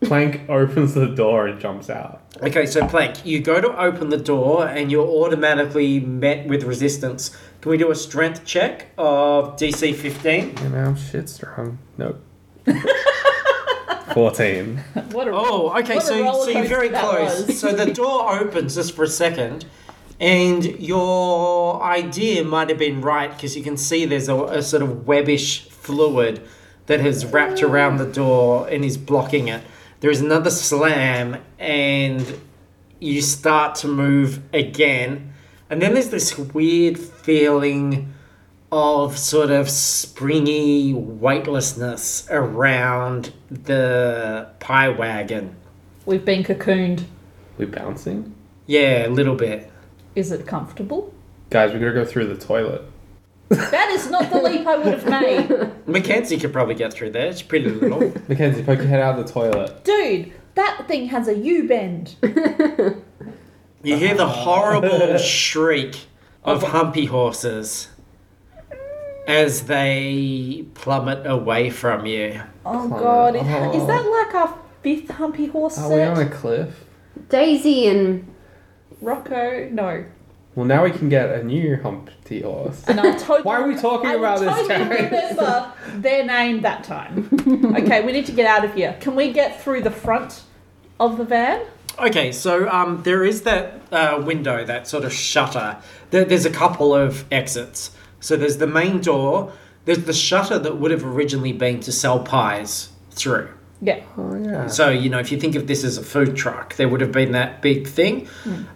Plank opens the door and jumps out.
Okay, so Plank, you go to open the door, and you're automatically met with resistance. Can we do a strength check of DC 15?
You know, shit strong. Nope. 14.
What a
Oh, okay.
What a
So, so you're
rollercoaster
very
that
close.
was.
so the door opens just for a second, and your idea might have been right because you can see there's a, a sort of webbish fluid that has wrapped around the door and is blocking it. There is another slam, and you start to move again, and then there's this weird feeling of sort of springy weightlessness around the pie wagon.
We've been cocooned.
We bouncing?
Yeah, a little bit.
Is it comfortable?
Guys, we gotta go through the toilet.
That is not the leap I would have made.
Mackenzie could probably get through there. It's pretty little.
Mackenzie, poke your head out of the toilet.
Dude, that thing has a U bend.
you hear the horrible shriek of humpy horses as they plummet away from you.
Oh god, it- is that like our fifth humpy horse
Are we
set?
on a cliff?
Daisy and
Rocco, no.
Well, now we can get a new Humpty horse.
And I totally
Why are we talking
I
about this,
totally
Terry?
remember their name that time. Okay, we need to get out of here. Can we get through the front of the van?
Okay, so um, there is that uh, window, that sort of shutter. There, there's a couple of exits. So there's the main door. There's the shutter that would have originally been to sell pies through.
Yeah.
Oh yeah.
So you know, if you think of this as a food truck, there would have been that big thing.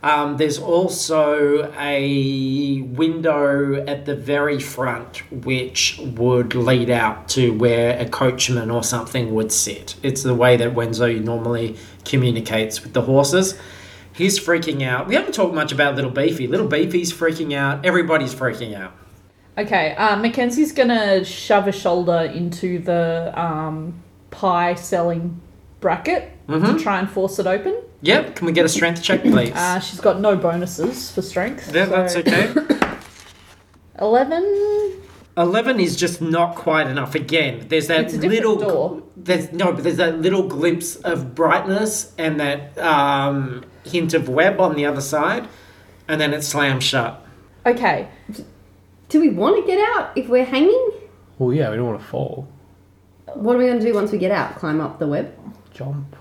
Um, there's also a window at the very front, which would lead out to where a coachman or something would sit. It's the way that Wenzo normally communicates with the horses. He's freaking out. We haven't talked much about Little Beefy. Little Beefy's freaking out. Everybody's freaking out.
Okay, uh, Mackenzie's gonna shove a shoulder into the um, pie selling bracket
Mm-hmm.
to try and force it open.
Yep. Can we get a strength check, please?
Uh, she's got no bonuses for strength.
yeah, that's
so-
okay.
11?
11 is just not quite enough again there's that
It's a different
little
door.
there's no but there's that little glimpse of brightness and that um, hint of web on the other side and then it slams shut
Okay,
do we want to get out if we're hanging?
Well, yeah, we don't want to fall.
What are we gonna do once we get out? Climb up the web?
Jump.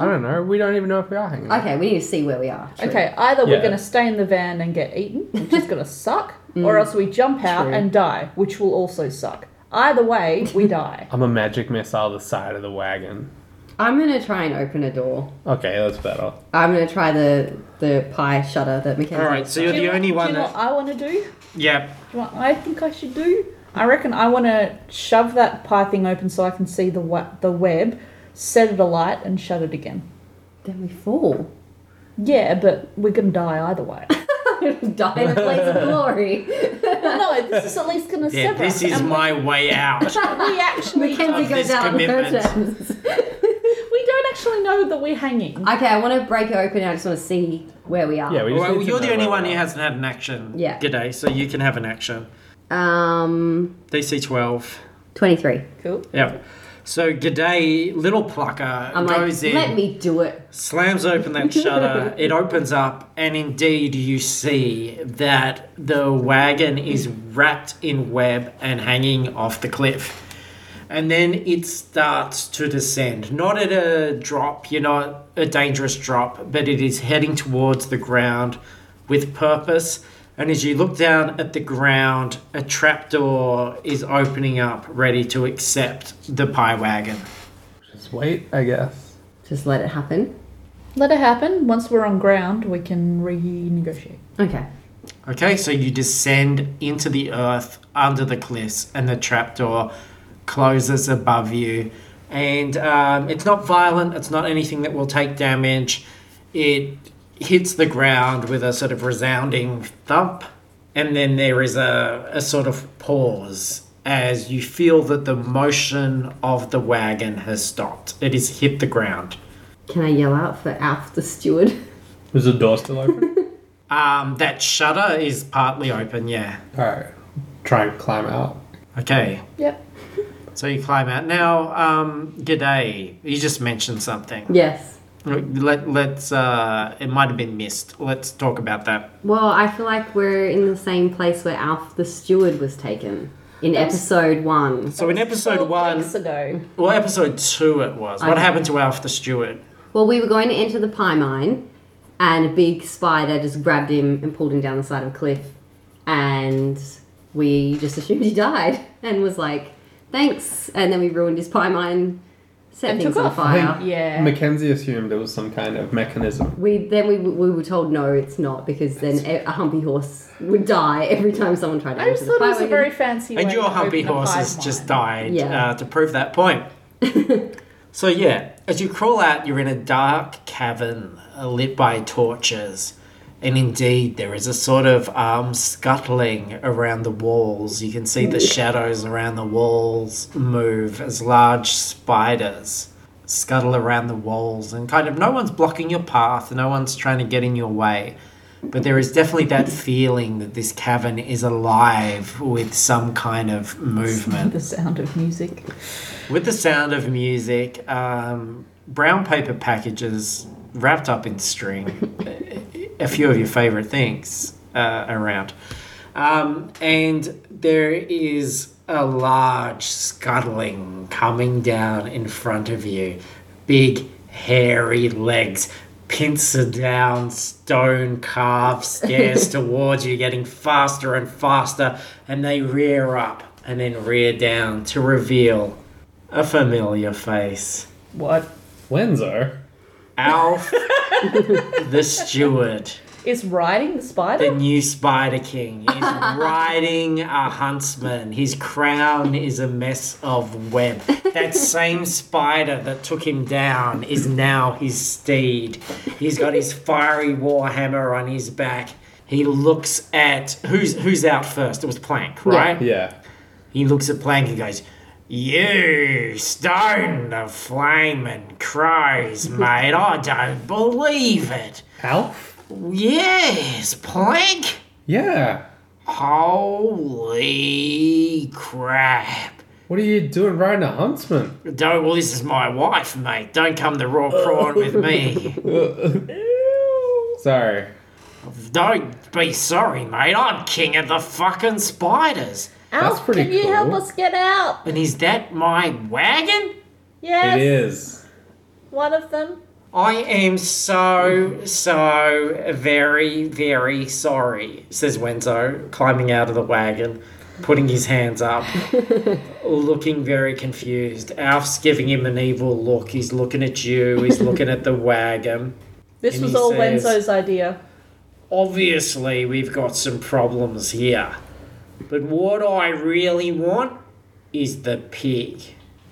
I don't know. We don't even know if we are hanging.
Okay, we need to see where we are.
okay, either
Yeah.
we're gonna stay in the van and get eaten, which is gonna suck, or else we jump out
Mm. True.
and die, which will also suck. Either way, we die.
I'm a magic missile the side of the wagon.
I'm gonna try and open a door.
Okay, that's better.
I'm gonna try the the pie shutter that Mackenzie.
all right so you're
Do you
the
know-
only
Do
one
you know what
that
I wanna do?
yeah
Do you know what I think I should do? I reckon I want to shove that pie thing open so I can see the wa- the web, set it alight, and shut it again.
Then we fall.
Yeah, but we're gonna die either way.
Die in a place of glory.
well, no, this is at least gonna
yeah
sever
this
us,
is
and
my way out
we actually
Mackenzie
Of
goes
this
out on her
commitment.
terms.
we don't actually know that we're hanging.
Okay, I want to break it open. I just want to see where we are.
Yeah, we just
well
need to
you're
know
the only
where
one
we
who
are.
hasn't had an action
Yeah.
today so you can have an action
Um,
dc 12
twenty-three.
Cool.
yep so G'day, little plucker
I'm
goes
like,
in.
let me do it.
slams open that shutter, it opens up, and indeed you see that the wagon is wrapped in web and hanging off the cliff. And then it starts to descend. Not at a drop, you're not a dangerous drop, but it is heading towards the ground with purpose. And as you look down at the ground, a trapdoor is opening up, ready to accept the pie wagon.
Just wait, I guess.
Just let it happen.
Let it happen. Once we're on ground, we can renegotiate.
Okay.
Okay, so you descend into the earth under the cliffs, and the trapdoor closes above you. And um, it's not violent, it's not anything that will take damage. It hits the ground with a sort of resounding thump, and then there is a, a sort of pause as you feel that the motion of the wagon has stopped. It has hit the ground.
Can I yell out for Alf the steward?
Is the door still open?
Um, that shutter is partly open, yeah.
All right. Try and climb out.
Okay,
Yep.
So you climb out now. Um, g'day. You just mentioned something.
Yes.
Let let's. Uh, it might have been missed. Let's talk about that.
Well, I feel like we're in the same place where Alf the steward was taken in episode one.
So in episode
Four
one,
weeks ago.
well, episode two, it was. What
Okay.
happened to Alf the Steward?
Well, we were going to enter the pie mine, and a big spider just grabbed him and pulled him down the side of a cliff, and we just assumed he died and was like, "Thanks," and then we ruined his pie mine set
And
things
took
on
off.
fire.
Yeah.
Mackenzie assumed it was some kind of mechanism.
We then we, we were told no, it's not because then a, a humpy horse would die every time someone tried to.
I just
enter the
thought it was a
fire
very fancy
And
way
your
to
humpy
open a
horse has
pipeline.
just died
Yeah.
uh, to prove that point. so, yeah, as you crawl out, you're in a dark cavern uh, lit by torches. And indeed, there is a sort of um, scuttling around the walls. You can see the shadows around the walls move as large spiders scuttle around the walls. And kind of no one's blocking your path, no one's trying to get in your way. But there is definitely that feeling that this cavern is alive with some kind of movement.
The sound of music.
With the sound of music, um, brown paper packages wrapped up in string, a few of your favorite things uh, around. Um, and there is a large scuttling coming down in front of you. Big, hairy legs, pincer down stone carved stairs towards you, getting faster and faster, and they rear up and then rear down to reveal a familiar face.
What?
Lenzo?
Alf the steward,
Is riding the
the
spider?
new Spider King, is riding a huntsman. His crown is a mess of web. That same spider that took him down is now his steed. He's got his fiery warhammer on his back. He looks at who's who's out first. It was Plank, right?
Yeah.
He looks at Plank and goes, You stone the flaming crows, mate. I don't believe it.
Alf?
Yes, Plank.
Yeah.
Holy crap.
What are you doing riding a huntsman?
Don't, well, this is my wife, mate. Don't come to raw prawn with me.
Sorry.
Don't be sorry, mate. I'm king of the fucking spiders.
Alf,
pretty
can you help
cool.
us get out?
And is that my wagon?
Yes.
It is.
One of them.
I am so, so very, very sorry, says Wenzo, climbing out of the wagon, putting his hands up, looking very confused. Alf's giving him an evil look. He's looking at you, he's looking at the wagon.
This
And
was
he
all
says-
Wenzo's idea.
Obviously, we've got some problems here. But what I really want is the pig.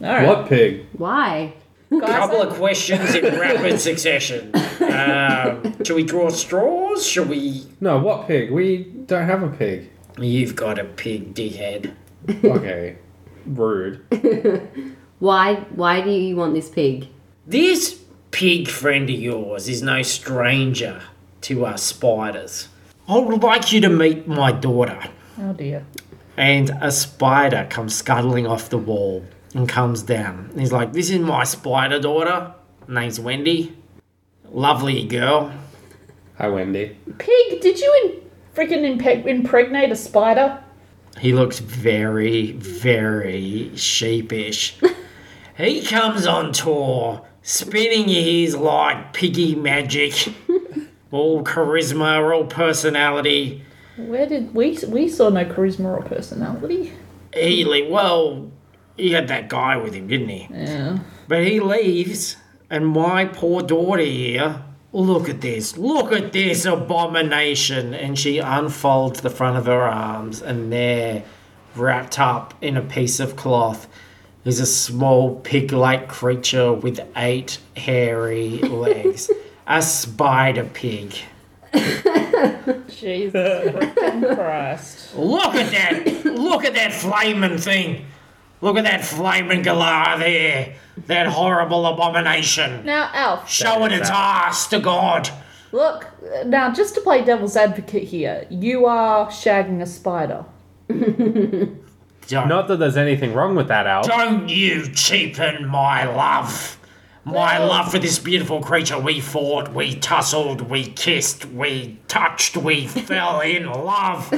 All right.
What pig?
Why?
Guys,
couple
I-
of questions in rapid succession. Um, shall we draw straws? Shall we
No, what pig? We don't have a pig.
You've got a pig, dickhead.
Okay. Rude.
Why? Why do you want this pig?
This pig friend of yours is no stranger to us spiders. I would like you to meet my daughter.
Oh dear.
And a spider comes scuttling off the wall and comes down. He's like, This is my spider daughter. Name's Wendy. Lovely girl.
Hi, Wendy.
Pig, did you in- freaking impe- impregnate a spider?
He looks very, very sheepish. he comes on tour, spinning his like piggy magic, all charisma, all personality.
Where did we we saw no charisma or personality?
He le- well, he had that guy with him, didn't he?
Yeah.
But he leaves, and my poor daughter here. Look at this! Look at this abomination! And she unfolds the front of her arms, and there, wrapped up in a piece of cloth, is a small pig-like creature with eight hairy legs. a spider pig.
Jesus freaking Christ.
Look at that! Look at that flaming thing! Look at that flaming galah there! That horrible abomination!
Now, Alf,
showing its ass to God.
look. Now, just to play devil's advocate here, you are shagging a spider.
Don't,
Not that there's anything wrong with that, Alf.
don't you cheapen my love. My
No.
love for this beautiful creature. We fought, we tussled, we kissed, we touched, we fell in love.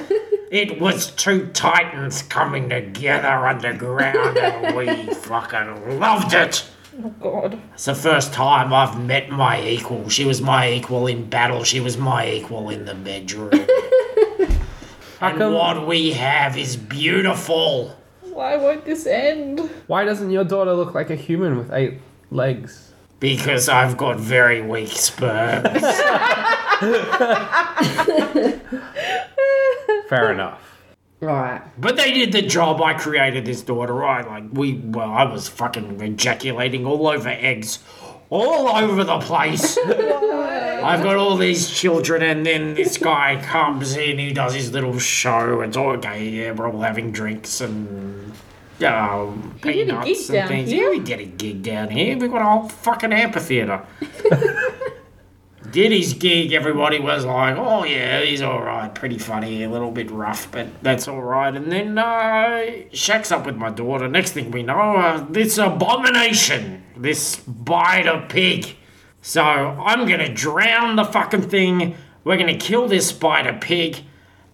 It was two titans coming together underground and we fucking loved it.
Oh God.
It's the first time I've met my equal. She was my equal in battle. She was my equal in the bedroom. and
come-
what we have is beautiful.
Why won't this end?
Why doesn't your daughter look like a human with eight legs?
Because I've got very weak sperm.
Fair enough.
Right.
but they did the job. I created this daughter. I like we well, I was fucking ejaculating all over eggs. All over the place. I've got all these children, and then this guy comes in who does his little show. It's all okay, yeah, we're all having drinks and um,
He did a
peanuts
gig
and
down
things.
here.
Yeah, we did a gig down here. We've got a whole fucking amphitheatre. did his gig, everybody was like, oh yeah, he's alright, pretty funny, a little bit rough, but that's alright. And then uh, Shaq's up with my daughter. Next thing we know, uh, this abomination, this bite of pig. So I'm gonna drown the fucking thing, we're gonna kill this spider pig,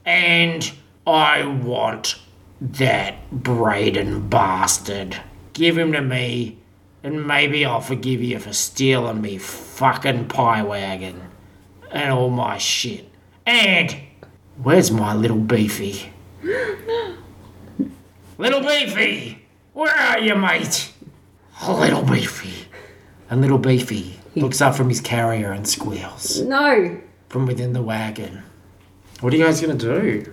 and I want that Braden bastard. Give him to me and maybe I'll forgive you for stealing me fucking pie wagon and all my shit. And where's my little beefy? little beefy, where are you, mate? Oh, little beefy, and little beefy looks up from his carrier and squeals
No.
from within the wagon. What are you guys gonna do?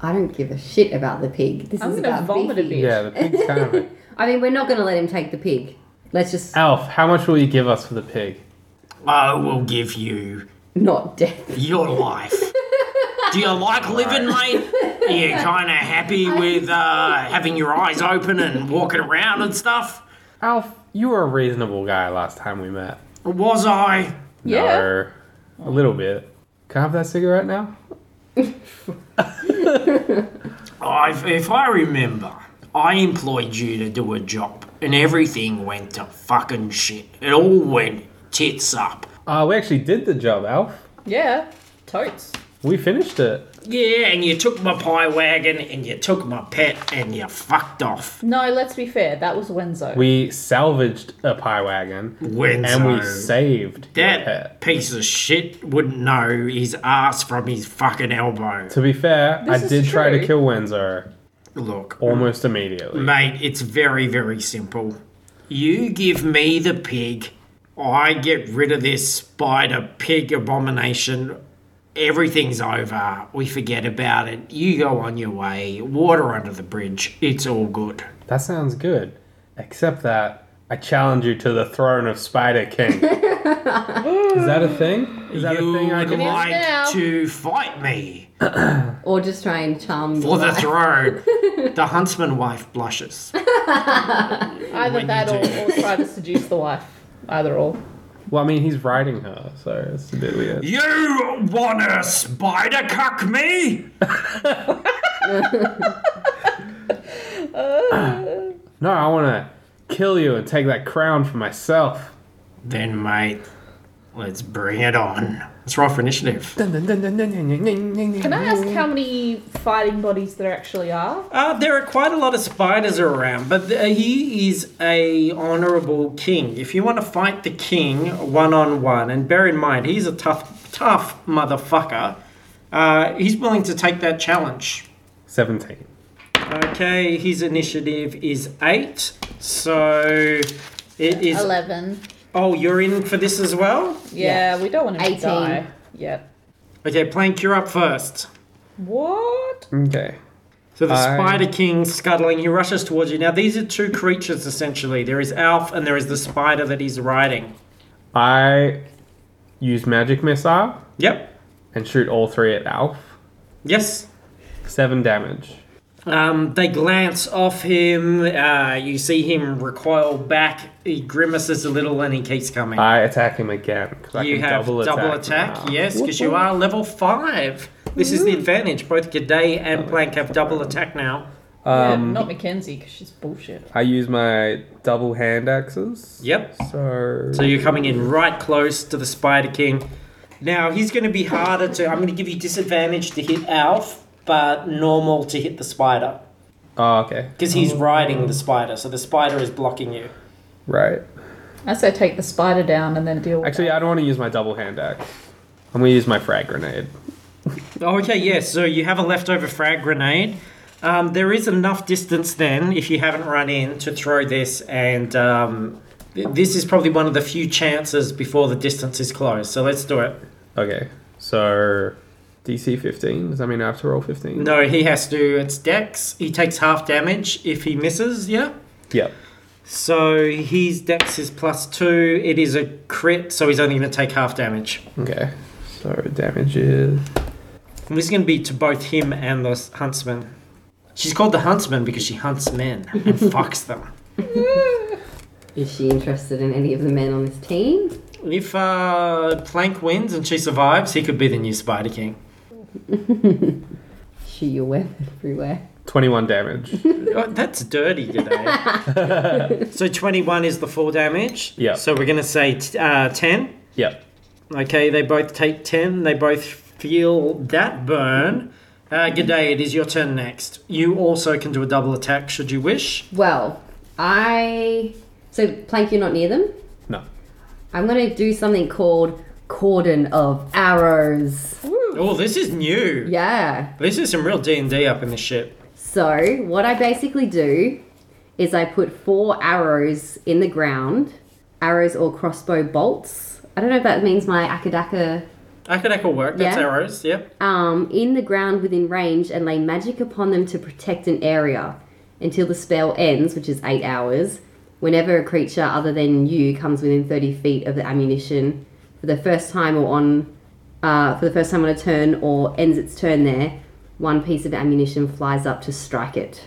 I don't give a shit about the pig. This
I'm
is
gonna
about
vomit a
Beefy.
bit.
Yeah, the pig's kind of a-
I mean, we're not gonna let him take the pig. Let's just
Uh,
Alf, how much will you give us for the pig?
I will give you
not death.
your life. Do you like living, mate? Are you kind of happy with uh, having your eyes open and walking around and stuff?
Alf, you were a reasonable guy last time we met.
Was I?
Yeah.
No, a little bit. Can I have that cigarette now?
I if I remember, I employed you to do a job, and everything went to fucking shit. It all went tits up.
Uh, we actually did the job, Alf.
Yeah. Totes.
We finished it.
Yeah, and you took my pie wagon, and you took my pet, and you fucked off.
No, let's be fair. That was Wenzo.
We salvaged a pie wagon.
Wenzo.
And we saved that.
That piece of shit wouldn't know his ass from his fucking elbow.
To be fair,
This
I
is
did try to
true.
kill Windsor
Look,
almost immediately.
Mate, it's very, very simple. You give me the pig, I get rid of this spider pig abomination. Everything's over. We forget about it. You go on your way. Water under the bridge. It's all good.
That sounds good. Except that I challenge you to the throne of Spider King. Is that a thing? Is that
you
a thing I
would
can
like
now.
to fight me
Or just try and charm
for the
life.
throne. the huntsman wife blushes.
Either
When
that
you
or,
do.
or try to seduce the wife. Either or.
Well, I mean, he's riding her, so it's a bit weird.
You wanna spider cuck me?
No, I want to kill you and take that crown for myself.
Then, mate, let's bring it on. Let's roll for initiative.
Can
Can
I ask how many fighting bodies there actually are?
Uh, there are quite a lot of spiders around, but uh, he is a honourable king. If you want to fight the king one on one, and bear in mind he's a tough, tough motherfucker, uh, he's willing to take that challenge.
17.
Okay, his initiative is eight, so it is.
Eleven.
Oh, you're in for this as well.
Yeah, we don't want him to
18.
die. Yep.
Okay, Plank, you're up first.
What?
Okay.
So the
I-
Spider King scuttling, he rushes towards you. Now these are two creatures essentially. There is Alf and there is the spider that he's riding.
I use Magic Missile
Yep.
and shoot all three at Alf.
Yes.
Seven damage.
Um, they glance off him. Uh, you see him recoil back. He grimaces a little and he keeps coming.
I attack him again because I
you
can
have
double
double
attack.
attack,
now.
yes, because you are Ah, level five. This is the advantage. Both G'day and Plank have double attack now.
yeah,
Um,
not Mackenzie because she's bullshit.
I use my double hand axes.
Yep.
So,
So you're coming in right close to the Spider King. Now he's going to be harder to. I'm going to give you disadvantage to hit Alf, but normal to hit the spider
oh, okay,
because he's riding the spider. So the spider is blocking you.
right.
I say take the spider down and then deal with
Actually,
that.
I don't want to use my double hand axe. I'm gonna use my frag grenade.
Okay, yes. so you have a leftover frag grenade. Um, there is enough distance then, if you haven't run in, to throw this and um,
This is probably one of the few chances before the distance is closed. So let's do it.
Okay, so DC 15. Does that mean I have to roll 15?
No, he has to. It's Dex. He takes half damage if he misses. Yeah.
Yep.
So his Dex is plus two. It is a crit, so he's only going to take half damage.
Okay, so damage is.
And this is going to be to both him and the s- huntsman. She's called the huntsman because she hunts men and fucks them.
Is she interested in any of the men on this team?
If uh, Plank wins and she survives, he could be the new Spider King.
Shoot your web everywhere.
21 damage.
Oh, that's dirty today. so 21 is the full damage.
Yeah.
So we're going to say t- uh, 10.
yep.
Okay, they both take 10. They both feel that burn. Uh, G'day, it is your turn next. You also can do a double attack should you wish.
Well, I. So, Plank, you're not near them?
No.
I'm going to do something called Cordon of Arrows.
Oh, this is new.
Yeah.
This is some real D&D up in this shit.
So, what I basically do is I put four arrows in the ground, arrows or crossbow bolts. I don't know if that means my Akadaka
Akadaka will work. That's
Yeah.
arrows. Yep.
um, in the ground within range and lay magic upon them to protect an area until the spell ends, which is eight hours. Whenever a creature other than you comes within 30 feet of the ammunition for the first time or on uh, for the first time on a turn or ends its turn there, one piece of ammunition flies up to strike it.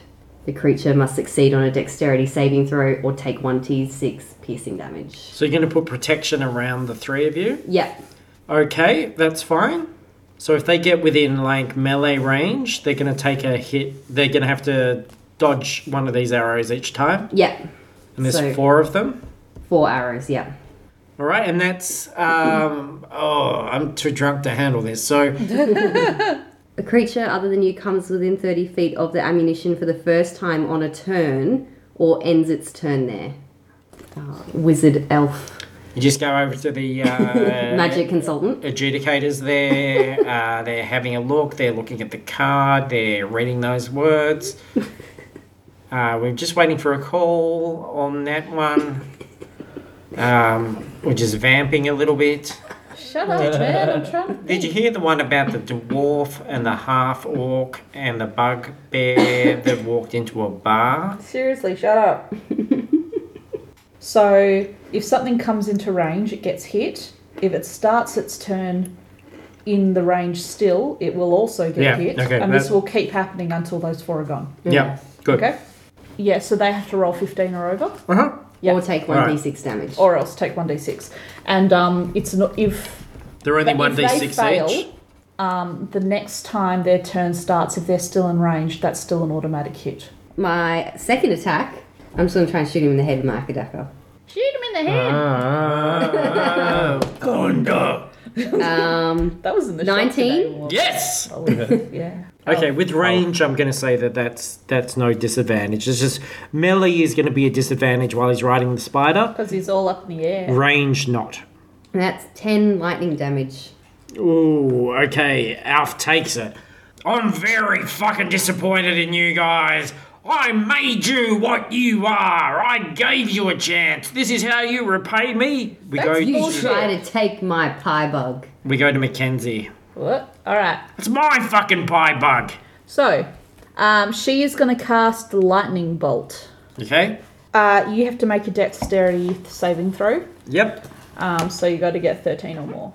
The creature must succeed on a dexterity saving throw or take 1t6 piercing damage.
So you're going to put protection around the three of you.
Yep.
Okay, that's fine. So if they get within like melee range, they're going to take a hit. They're going to have to dodge one of these arrows each time.
Yep.
And there's
So-
four of them.
Four arrows, yep.
All right, and that's um oh, I'm too drunk to handle this. So
A creature other than you comes within 30 feet of the ammunition for the first time on a turn or ends its turn there. Oh, wizard, elf,
you just go over to the uh,
magic consultant.
adjudicators there. uh, they're having a look. They're looking at the card. They're reading those words. Uh, we're just waiting for a call on that one. Um, we're just vamping a little bit.
Shut up, man. I'm trying to
Did you hear the one about the dwarf and the half orc and the bugbear that walked into a bar?
Seriously, shut up. so, if something comes into range, it gets hit. If it starts its turn in the range still, it will also get
Yeah,
hit.
okay,
and this
that-
will keep happening until those four are gone.
Yeah, good.
Okay? Yeah, so they have to roll 15 or over,
Uh huh.
Yeah.
Or take
Alright.
1d6 damage.
or else take 1d6. And um, it's not if.
They're only
but
one
if
d
they
six
fail,
each.
Um, the next time their turn starts, if they're still in range, that's still an automatic hit.
My second attack, I'm just going to try and shoot him in the head with my Akadaka.
Shoot him in the head!
Uh,
Thunder.
Um,
that was in the
19?
Shop today,
Yes.
wasn't it? yeah.
Oh.
Okay, with range, I'm going to say that that's that's no disadvantage. It's just melee is going to be a disadvantage while he's riding the spider.
Because he's all up in the air.
Range not.
that's 10 lightning damage.
Ooh, okay. Alf takes it.
I'm very fucking disappointed in you guys. I made you what you are. I gave you a chance. This is how you repay me.
We
That's
go.
You
To,
Bullshit.
try to take my pie bug.
we go to Mackenzie.
What? All right.
It's my fucking pie bug.
So, um, she is going to cast lightning bolt.
Okay.
Uh, you have to make a dexterity saving throw.
Yep.
Um, so you got to get thirteen or more.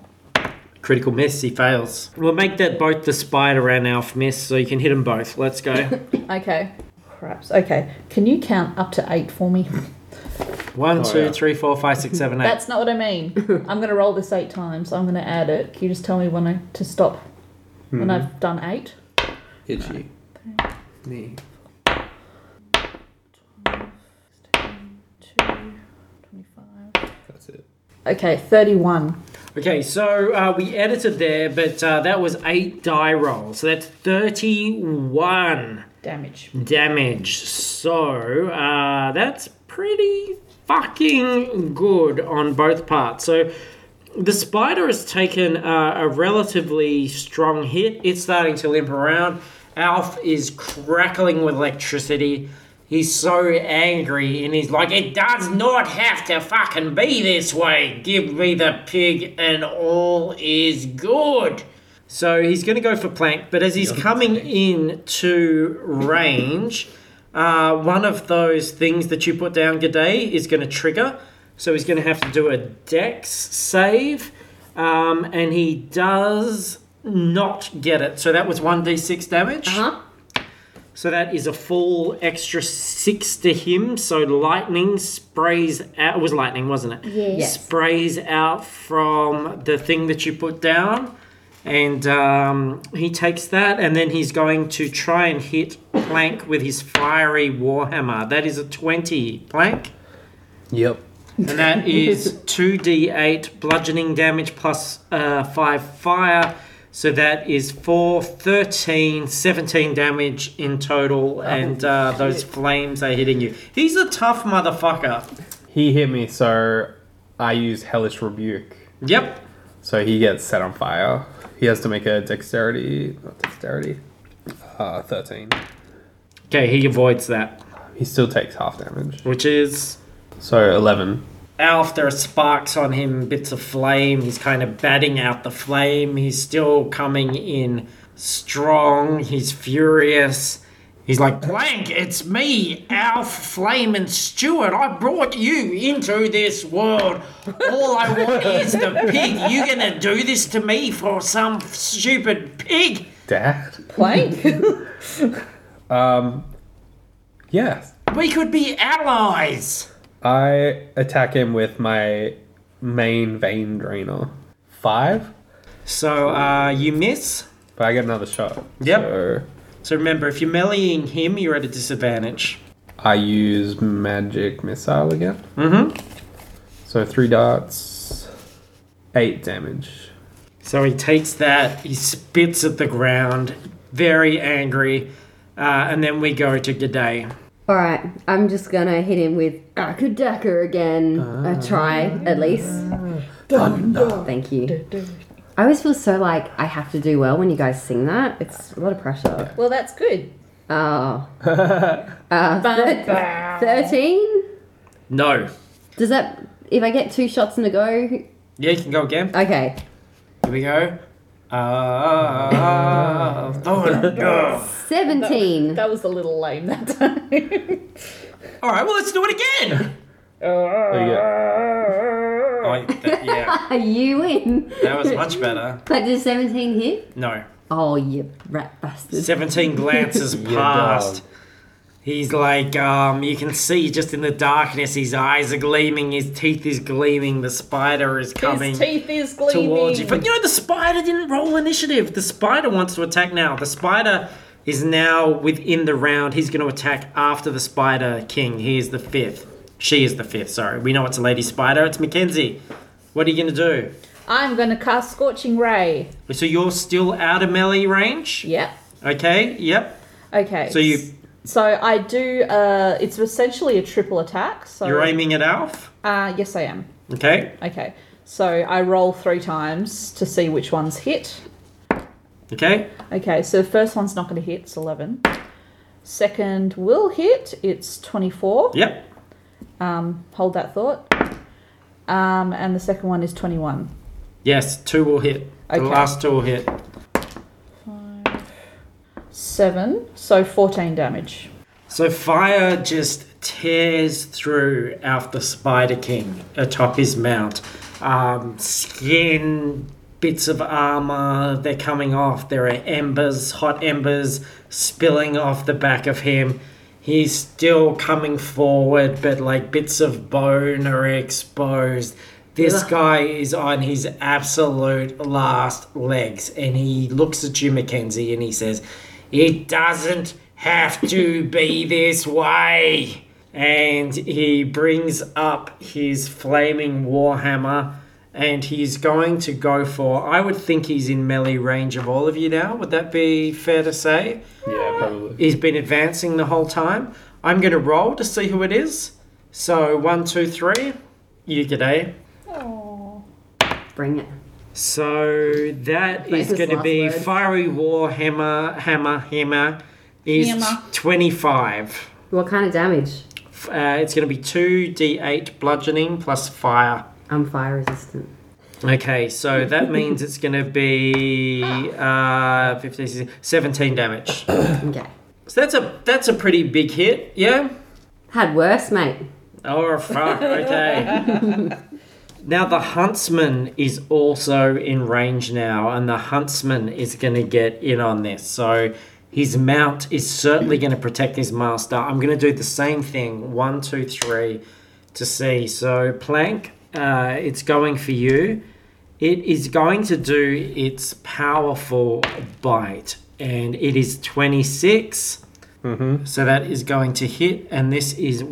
Critical miss. He fails. We'll make that both the spider and Alf miss, so you can hit them both. Let's go.
Okay. Craps. Okay. Can you count up to eight for me?
Oh,
One, two,
yeah.
three, four, five, six, seven, eight.
That's not what I mean. I'm going to roll this eight times. I'm going to add it. Can you just tell me when I to stop? When I've done eight.
Itchy.
Me.
Two, 25.
That's it.
Okay, thirty-one.
Okay, so uh, we edited there, but uh, that was eight die rolls. So that's 31
Damage.
damage. So uh, that's pretty fucking good on both parts. So the spider has taken uh, a relatively strong hit. It's starting to limp around. Alf is crackling with electricity.
He's so angry and he's like, it does not have to fucking be this way. Give me the pig and all is good.
So he's going to go for plank, but as he's coming in to range, uh, one of those things that you put down, G'day, is going to trigger. So he's going to have to do a dex save, um, and he does not get it. So that was 1d6 damage.
Huh?
So that is a full extra six to him. So lightning sprays out. It was lightning, wasn't it?
Yes.
Sprays out from the thing that you put down. And um, he takes that, and then he's going to try and hit Plank with his fiery warhammer. That is a 20 Plank.
Yep.
And that is 2d8 bludgeoning damage plus uh, 5 fire. So that is 4, 13, 17 damage in total. and uh, those flames are hitting you. He's a tough motherfucker.
He hit me, so I use Hellish Rebuke.
Yep.
So he gets set on fire. He has to make a dexterity, not dexterity, uh, 13.
Okay, he avoids that,
He still takes half damage.
which is.
So 11.
Alf, there are sparks on him, bits of flame. He's kind of batting out the flame. He's still coming in strong. He's furious. He's like,
Blank, it's me, Alf Flame and Stewart. I brought you into this world. All I want is the pig. You gonna do this to me for some stupid pig?
Dad?
Plank?
Um, yes.
We could be allies.
I attack him with my main vein drainer. Five?
So uh, you miss.
But I get another shot.
Yep.
So
So remember, if you're meleeing him, you're at a disadvantage.
I use magic missile again.
Mm-hmm.
So three darts, eight damage.
So he takes that, he spits at the ground, very angry, uh, and then we go to G'day.
All right, I'm just gonna hit him with Akadaka again. a try, at least. Thank you. I always feel so like I have to do well when you guys sing that. It's a lot of pressure.
well, that's good.
Oh. Uh, thir- 13?
No.
Does that. If I get two shots in a go.
Yeah, you can go again.
Okay.
Here we go. Ah, Uh, Thunder.
17.
That was a little lame that time.
All right, well, let's do it again.
There you go.
Oh, that- yeah,
you win.
that was much better.
But did 17 hit?
No.
Oh, you rat bastard.
17 glances
Yeah,
past.
dog.
He's like, um, you can see just in the darkness, his eyes are gleaming, his teeth is gleaming, the spider is coming
His teeth is gleaming.
towards you. But you know, the spider didn't roll initiative. The spider wants to attack now. The spider is now within the round. He's going to attack after the spider king. He is the fifth. She is the fifth, sorry. We know it's a lady spider. It's Mackenzie. What are you going to
I'm going to cast Scorching Ray.
do? So you're still out of melee range?
Yep.
Okay, yep.
Okay.
So you,
So I do. Uh, it's essentially a triple attack. So
you're aiming at Alf?
Uh, yes, I am.
Okay.
Okay. So I roll three times to see which one's hit.
Okay.
Okay, so the first one's not going to hit. It's eleven. Second will hit. It's twenty-four.
Yep.
Um, hold that thought. Um, and the second one is twenty-one.
Yes, two will hit.
Okay.
The last two will hit.
Seven. So fourteen damage.
So fire just tears through Alf the Spider King atop his mount. Um, skin, bits of armor, they're coming off. There are embers, hot embers spilling off the back of him. He's still coming forward, but like bits of bone are exposed. This guy is on his absolute last legs, and he looks at you, Mackenzie, and he says, It doesn't have to be this way. And he brings up his flaming warhammer and he's going to go for. I would think he's in melee range of all of you now. Would that be fair to say?
Yeah, probably.
He's been advancing the whole time. I'm going to roll to see who it is. So, one, two, three. You g'day.
Bring it.
So that
Famous
is going to
last
be
word.
fiery war hammer hammer hammer is
Hammer.
twenty five.
What kind of damage?
F- Uh, it's going to be 2d8 bludgeoning plus fire.
I'm fire resistant.
Okay, so that means it's going to be uh, 15, 16, 17 damage.
Okay.
So that's a that's a pretty big hit, yeah.
Had worse, mate.
Oh fuck! Okay. now the huntsman is also in range now, and the huntsman is going to get in on this. So his mount is certainly going to protect his master. I'm going to do the same thing. One, two, three, to see. So plank, uh, it's going for you. It is going to do its powerful bite, and it is 26. So that is going to hit, and this is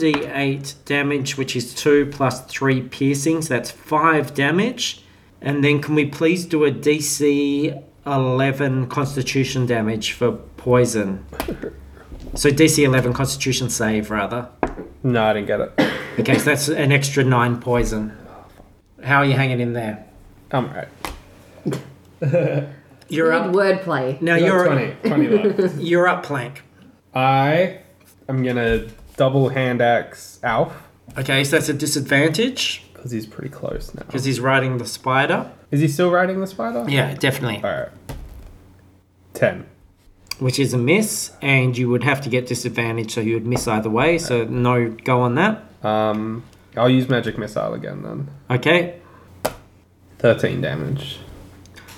1d8 damage, which is 2 plus 3 piercing, so that's 5 damage. And then can we please do a DC 11 constitution damage for poison? So DC 11 constitution save, rather.
No, I didn't get it.
Okay, so that's an extra 9 poison. How are you hanging in there?
I'm alright.
You're
Good
up.
wordplay.
Now
You got
you're
20, 20 left.
you're up, Plank.
I am gonna double hand axe Alf
Okay, so that's a disadvantage
because he's pretty close now.
because he's riding the spider.
Is he still riding the spider?
Yeah, definitely.
All right. Ten.
which is a miss, and you would have to get disadvantage, so you would miss either way. So no go on that.
Um, I'll use magic missile again then.
Okay.
Thirteen damage.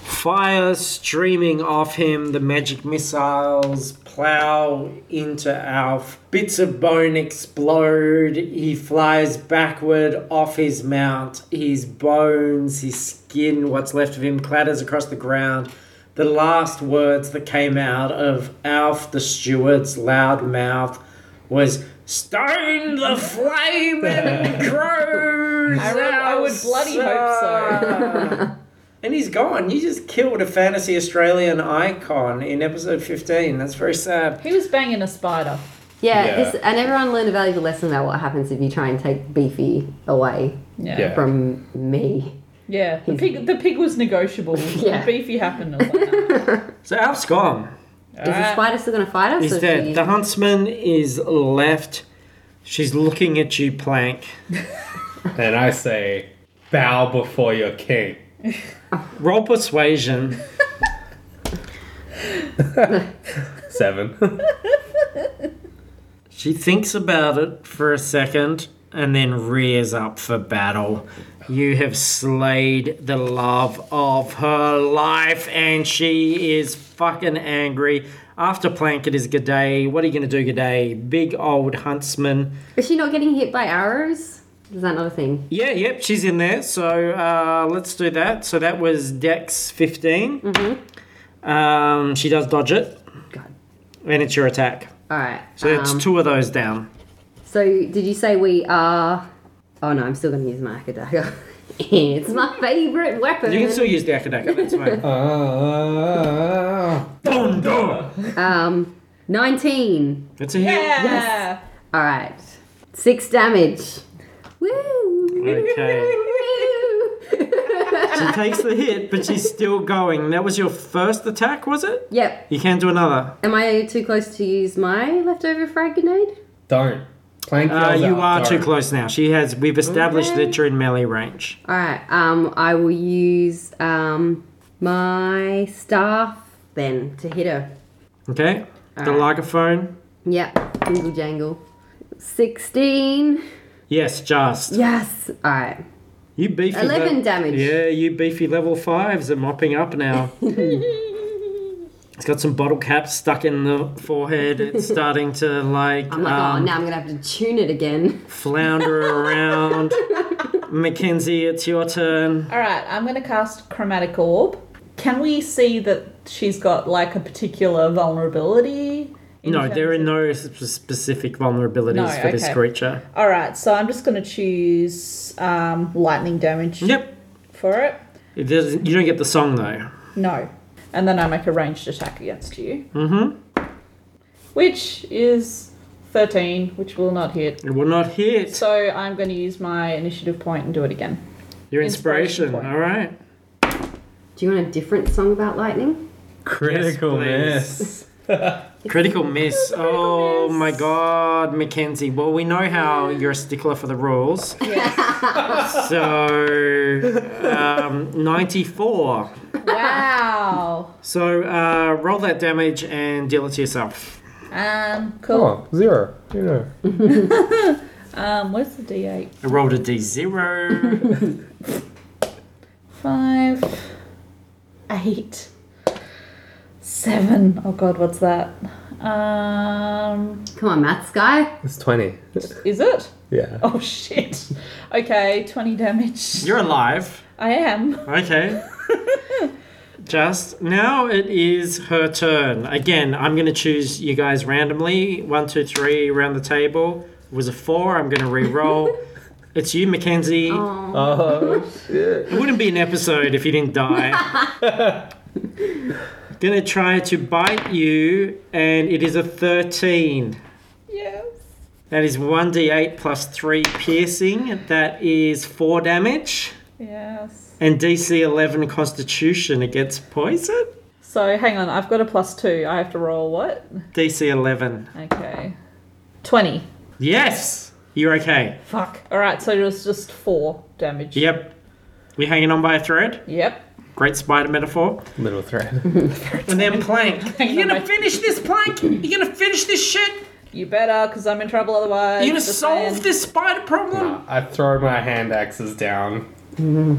Fire streaming off him, the magic missiles plow into Alf. Bits of bone explode. He flies backward off his mount. His bones, his skin, what's left of him, clatters across the ground. The last words that came out of Alf the steward's loud mouth was Stone the flame and crows!
I would- I would bloody hope so.
so. And he's gone. You just killed a fantasy Australian icon in episode 15. That's very sad.
He was banging a spider.
Yeah,
Yeah.
This, and everyone learned a valuable lesson about what happens if you try and take Beefy away
Yeah.
Yeah.
from me.
Yeah. The pig, the pig was negotiable.
Yeah.
Beefy happened. I was like, nah.
So Alf's gone.
Is the spider still going to fight us?
Uh, He's
or
dead.
she-
The huntsman is left. She's looking at you, Plank.
And I say, bow before your king.
Roll persuasion.
Seven.
She thinks about it for a second and then rears up for battle. You have slayed the love of her life and she is fucking angry. After Plank, it is G'day. What are you going to do, G'day? Big old huntsman.
Is she not getting hit by arrows? Is that not a thing?
Yeah, yep, she's in there. So uh, let's do that. So that was Dex 15. Um, she does dodge it.
God.
And it's your attack.
All right.
So it's
um,
two of those down.
so did you say we are? Oh no, I'm still going to use my Akka dagger. it's my favorite weapon.
You can still use the Akadaka, that's fine.
Ah.
um, nineteen.
It's a hit.
yeah.
All right, six damage. Woo!
Okay. She takes the hit, but she's still going. That was your first attack, was it?
yep.
You can do another.
Am I too close to use my leftover frag grenade?
Darn. Plank
Uh,
yells
you
out,
are too
"Darn."
close now. She has. We've established
Okay.
that you're in melee range.
All right. Um, I will use um my staff then to hit her.
Okay. the
Alright.
lagophone.
Yep. Jingle jangle. Sixteen.
Yes, just.
Yes. All right.
You beefy. le-
11 damage.
Yeah, you beefy level fives are mopping up now. it's got some bottle caps stuck in the forehead. It's starting to like.
I'm like,
um,
oh, now I'm gonna have to tune it again.
Flounder around. Mackenzie, it's your turn.
All right, I'm going to cast Chromatic Orb. Can we see that she's got like a particular vulnerability? in
No,
terms
there are
of-
no sp- specific vulnerabilities
No,
for this
okay.
creature.
All right, so I'm just going to choose um, lightning damage
Yep.
for it.
It doesn't, you don't get the song though.
No, and then I make a ranged attack against you. Mm-hmm. Which is 13, which will not hit.
It will not hit.
So I'm going to use my initiative point and do it again.
Your inspiration.
Inspiration point.
All right.
Do you want a different song about lightning?
Critical
Yes,
miss.
Critical miss. Oh
miss.
my god, Mackenzie. Well, we know how you're a stickler for the rules. so, um, 94.
Wow.
So, uh, roll that damage and deal it to yourself.
Um, cool.
Oh, zero. Zero.
Um, where's the D8?
I rolled a d0.
Five, eight, seven. Oh god, what's that? Um,
Come on, maths guy.
It's 20.
is it?
Yeah.
Oh shit. Okay, 20 damage.
you're alive.
I am.
Okay. Just now it is her turn. Again, I'm going to choose you guys randomly. One, two, three around the table. It was a four. I'm going to re roll. it's you, Mackenzie.
Oh.
Oh, shit.
It wouldn't be an episode if you didn't die. Gonna try to bite you, and it is a 13.
Yes.
That is 1d8 plus 3 piercing. That is 4 damage.
Yes.
And DC 11 Constitution. It gets poison?
So hang on, I've got a plus two. I have to roll what?
DC 11.
Okay. 20.
Yes! You're okay.
Fuck. Alright, so it was just four damage.
Yep. We're hanging on by a thread.
Yep.
Great spider metaphor.
Little thread.
And then plank.
Hanging
You're
on
gonna
by-
finish this plank? You're gonna finish this shit?
You better, because I'm in trouble otherwise.
You're gonna
Just
solve
saying.
this spider problem?
I throw my hand axes down. Mm-hmm.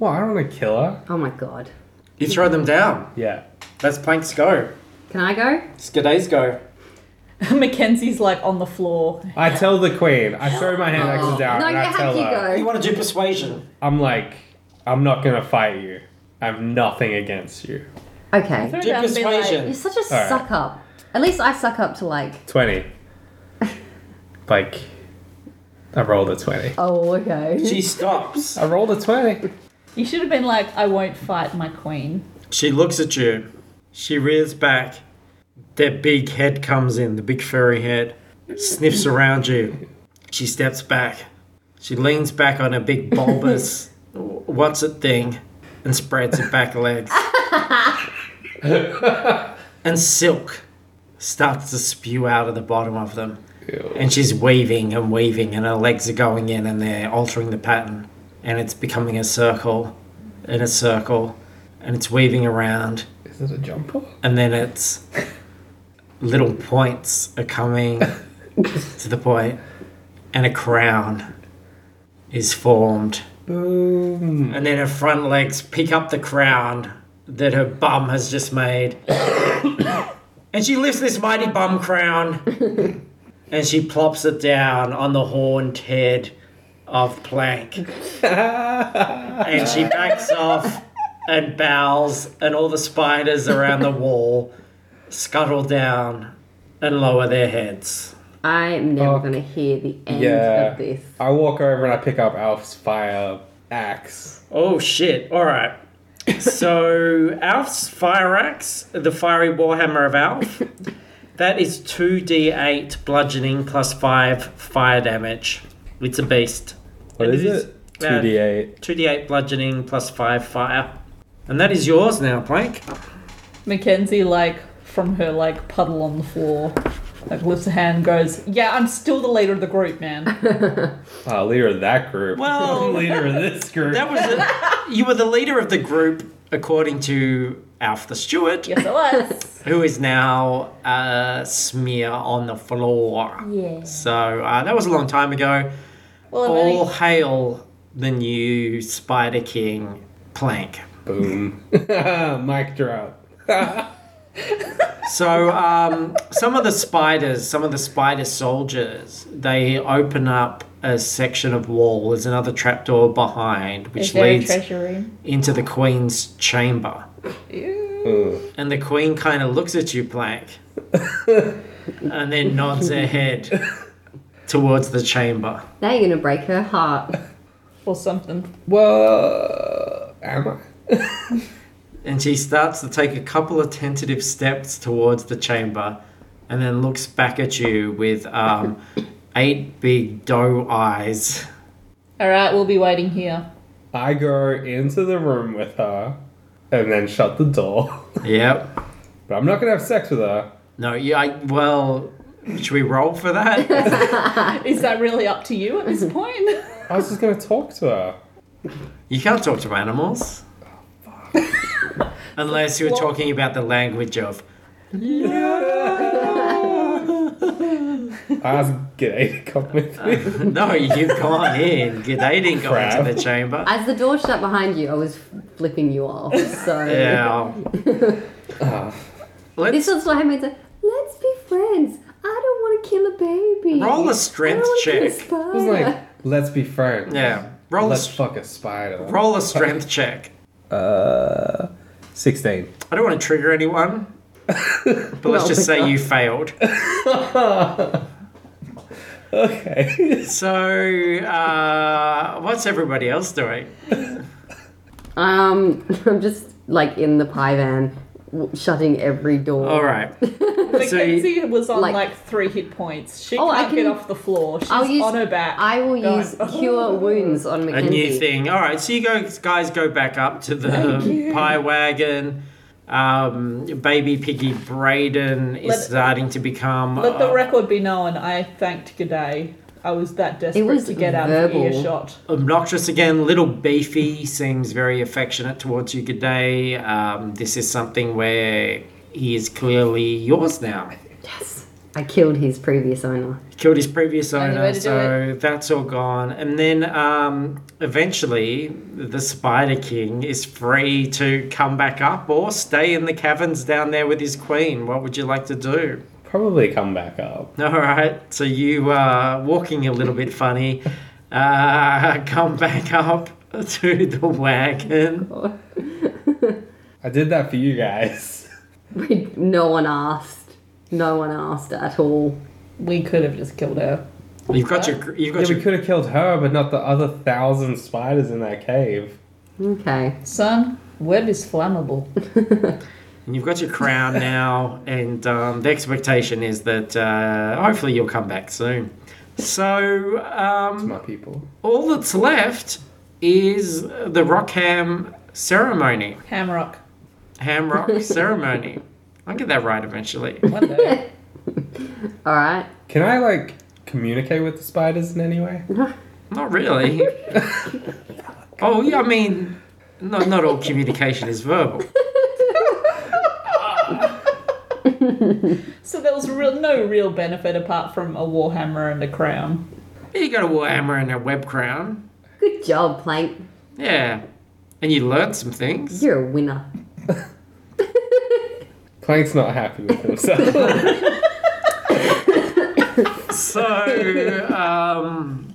Well, I don't want to kill her.
oh my god.
You throw them down.
Yeah.
That's Plank's go.
Can I go?
Skiday's go.
Mackenzie's like on the floor.
I tell the queen. I throw my hand axes down
no,
and
you
I tell
have to
her.
go.
You want to do persuasion?
I'm like, I'm not gonna fight you. I have nothing against you.
Okay.
Throw
Do
down and be like,
persuasion.
You're such a
right.
suck up. At least I suck up to like.
Twenty. like, I rolled a twenty.
Oh, okay.
She stops.
I rolled a twenty.
You should have been like, I won't fight my queen.
She looks at you. She rears back. Their big head comes in, the big furry head. Sniffs around you. She steps back. She leans back on her big bulbous, w- what's it thing, and spreads her back legs. and silk starts to spew out of the bottom of them. And she's weaving and weaving, and her legs are going in and they're altering the pattern. And it's becoming a circle in a circle, and it's weaving around,
Is it a jumper?
and then it's little points are coming to the point, and a crown is formed.
Boom.
And then her front legs pick up the crown that her bum has just made. and she lifts this mighty bum crown and she plops it down on the horned head of Plank. and she backs off and bows, and all the spiders around the wall scuttle down and lower their heads.
I am never
Fuck.
gonna hear the end
Yeah.
of this.
I walk over and I pick up Alf's fire axe.
Oh shit! All right. So Alf's fire axe, the fiery warhammer of Alf, that is two d eight bludgeoning plus five fire damage. It's a beast.
What is it? Two D eight.
Two d eight bludgeoning plus five fire, and that is yours now, Plank.
Mackenzie, like, from her, like, puddle on the floor, like, lifts a hand and goes, Yeah, I'm still the leader of the group, man.
Oh, leader of that group.
Well-
leader of this group.
That was a, you were the leader of the group according to Alf the Steward,
yes, I was.
who is now a smear on the floor.
Yeah.
So uh, that was a long time ago.
Well, I've
All
only,
hail the new Spider King plank.
Boom. Uh, Mic drop.
So, um, some of the spiders, some of the spider soldiers, they open up a section of wall. There's another trapdoor behind,
it's
which
very
leads
treasury.
into the Queen's chamber.
Ooh.
And the Queen kind of looks at you, Plank, and then nods her head towards the chamber.
Now you're gonna break her heart.
Or something.
Well, am I?
and she starts to take a couple of tentative steps towards the chamber and then looks back at you with um, eight big doe eyes.
Alright, we'll be waiting here.
I go into the room with her and then shut the door.
Yep.
but I'm not gonna have sex with her.
No, yeah, I, well, should we roll for that?
Is that really up to you at this
Mm-hmm.
point?
I was just gonna talk to her.
you can't talk to animals. Unless you're talking about the language of.
I asked G'day to come with me.
No, you've gone in. They didn't go
Crap.
into the chamber.
As the door shut behind you, I was flipping you off. So
Yeah.
this
Let's
was what I meant to. Let's be friends. I don't want to kill a baby.
roll a
I don't
strength
wanna kill a
check.
spider.
I was like, let's be friends.
Yeah. Roll a,
let's
s-
fuck a spider.
roll a strength check.
Uh, sixteen.
I don't want to trigger anyone, but let's just say you failed.
Okay.
So, uh, what's everybody else doing?
Um, I'm just like in the pie van, w- shutting every door.
All right.
Mackenzie was on like,
like-
three hit points. She
Oh, I
can't get
can-
off the floor. She's
I'll use.
on her back.
I will
Go
use
on.
cure wounds on
A
Mackenzie.
new thing. All right. So you go, guys go back up to the pie wagon. Um, baby piggy Braden is
Let-
starting to become.
Let the
uh,
record be known. I thanked G'day. I was that desperate
was
to get out
verbal.
of earshot.
obnoxious again, little beefy, seems very affectionate towards you today. Um, this is something where he is clearly yours now.
Yes. I killed his previous owner.
He killed his previous
Only way
owner,
to do
so that's all gone. And then um, eventually, the Spider King is free to come back up or stay in the caverns down there with his queen. What would you like to do?
Probably come back up.
All right, so you uh, walking a little bit funny. Uh, come back up to the wagon.
I did that for you guys.
We- no one asked. No one asked at all.
We could have just killed her.
You've got your. You've
Yeah,
got
we
your.
could have killed her, but not the other thousand spiders in that cave.
Okay.
Son, web is flammable.
You've got your crown now, and um, the expectation is that uh, hopefully you'll come back soon. So um,
My people.
all that's left is the Rockham ceremony,
Hamrock.
Ham Rock ceremony. I'll get that right eventually.
One day.
All right.
Can I like communicate with the spiders in any way?
Not really. oh, yeah, I mean, not not all communication is verbal.
so there was real, no real benefit apart from a warhammer and a crown.
You got a warhammer and a web crown.
Good job, Plank.
Yeah, and you learned some things.
You're a winner.
Plank's not happy with himself.
So, um,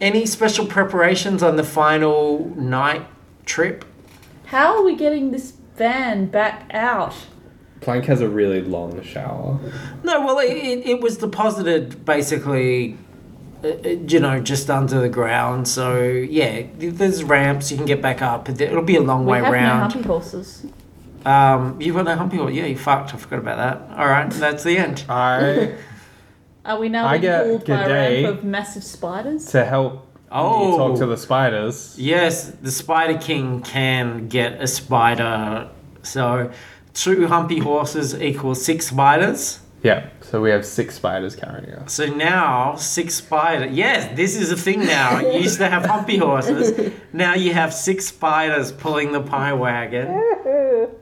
any special preparations on the final night trip?
How are we getting this van back out?
Plank has a really long shower.
No, well, it, it, it was deposited basically, uh, uh, you know, just under the ground. So, yeah, there's ramps. You can get back up. It- It'll be a long way
we have
round.
no humpy horses.
um, you've got no humpy hole. Yeah, you fucked. I forgot about that. All right, that's the end.
I
Are we now
I
being
get
pulled by a
G'day.
ramp of massive spiders?
to help
Oh.
you talk to the spiders.
Yes, the Spider King can get a spider. So, two humpy horses equals six spiders.
Yeah. So we have six spiders carrying us.
So now six spiders. Yes, this is a thing now. You used to have humpy horses. Now you have six spiders pulling the pie wagon.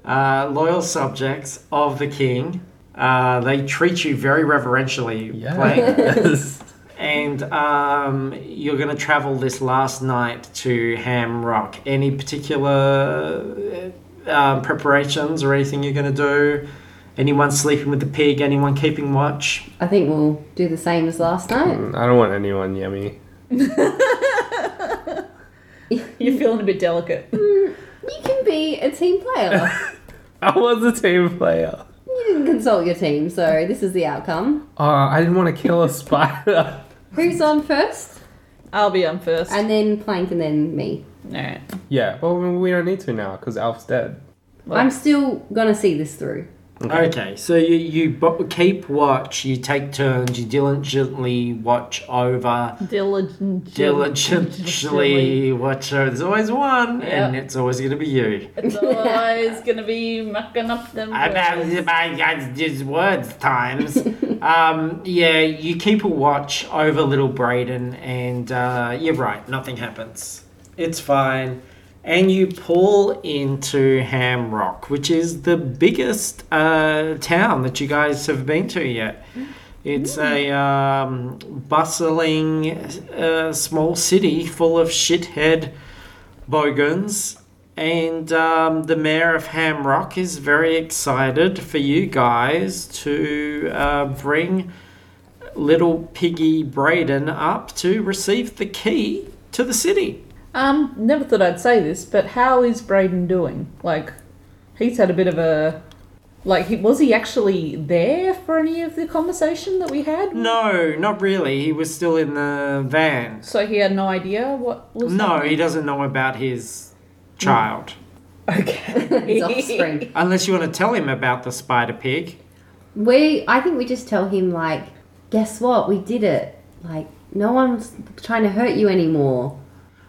Uh, loyal subjects of the king. Uh, they treat you very reverentially. Plank.
Yes.
And um, you're going to travel this last night to Ham Rock. Any particular uh, um, preparations or anything you're going to do? Anyone sleeping with the pig? Anyone keeping watch?
I think we'll do the same as last night.
I don't want anyone yummy.
You're feeling a bit delicate.
You can be a team player.
I was a team player.
you didn't consult your team, so this is the outcome.
Uh, I didn't want to kill a spider.
Who's on first?
I'll be on first.
And then Plank, and then me.
Alright.
yeah. Well, we don't need to now because Alf's dead.
I'm still gonna see this through.
Okay, so you you bo- keep watch. You take turns. You diligently watch over.
Diligent.
Diligently watch over. There's always one, and
Yeah.
it's always going to be you.
It's always gonna be mucking up them.
About
words.
about- that's just words times. um, yeah, you keep a watch over little Brayden, and uh, you're right. Nothing happens. It's fine. And you pull into Ham Rock, which is the biggest uh, town that you guys have been to yet. It's a um, bustling uh, small city full of shithead Bogans. And um, the mayor of Hamrock is very excited for you guys to uh, bring little piggy Braden up to receive the key to the city.
Um, never thought I'd say this, but how is Braden doing? Like, he's had a bit of a. Like, he, was he actually there for any of the conversation that we had?
No, not really. He was still in the van.
So he had no idea what was.
No,
happening?
he doesn't know about his child.
Okay.
It's offspring.
Unless you want to tell him about the spider pig.
We, I think we just tell him like, guess what? We did it. Like, no one's trying to hurt you anymore.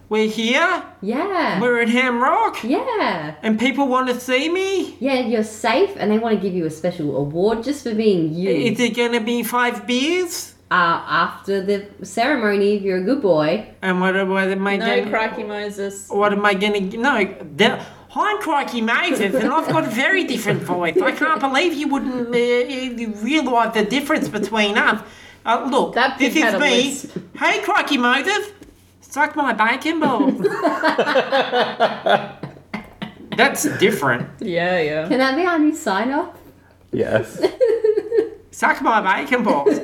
We're here.
Yeah.
We're in Hamrock.
yeah.
And people want to see me.
Yeah, you're safe, and they want to give you a special award just for being you.
Is it gonna be five beers?
uh, after the ceremony, if you're a good boy,
And what, what am I
No,
gonna?
crikey Moses.
what am I gonna? No, the, I'm crikey Moses, and I've got a very different voice. I can't believe you wouldn't uh, realise the difference between us. Uh, look,
That pig
this is
had a
me.
lisp.
Hey, crikey Moses, suck my bacon balls. That's different.
Yeah, yeah.
can that be our new sign off?
Yes.
suck my bacon balls.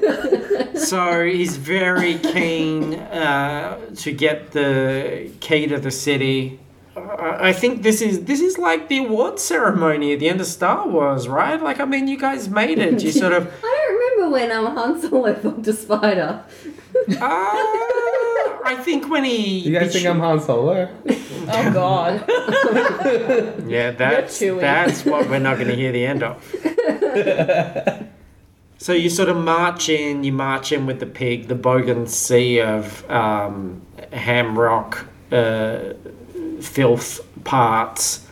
so he's very keen uh, to get the key to the city. I I think this is this is like the award ceremony at the end of Star Wars, right? Like, I mean, you guys made it. You sort of.
I don't remember when um, Han Solo fucked a spider.
Uh, I think when he.
You guys think I'm Han Solo?
Oh, God.
Yeah, that's
You're chewing.
that's what we're not going to hear the end of. so you sort of march in, you march in with the pig, the bogan sea of um, ham rock, uh, filth parts,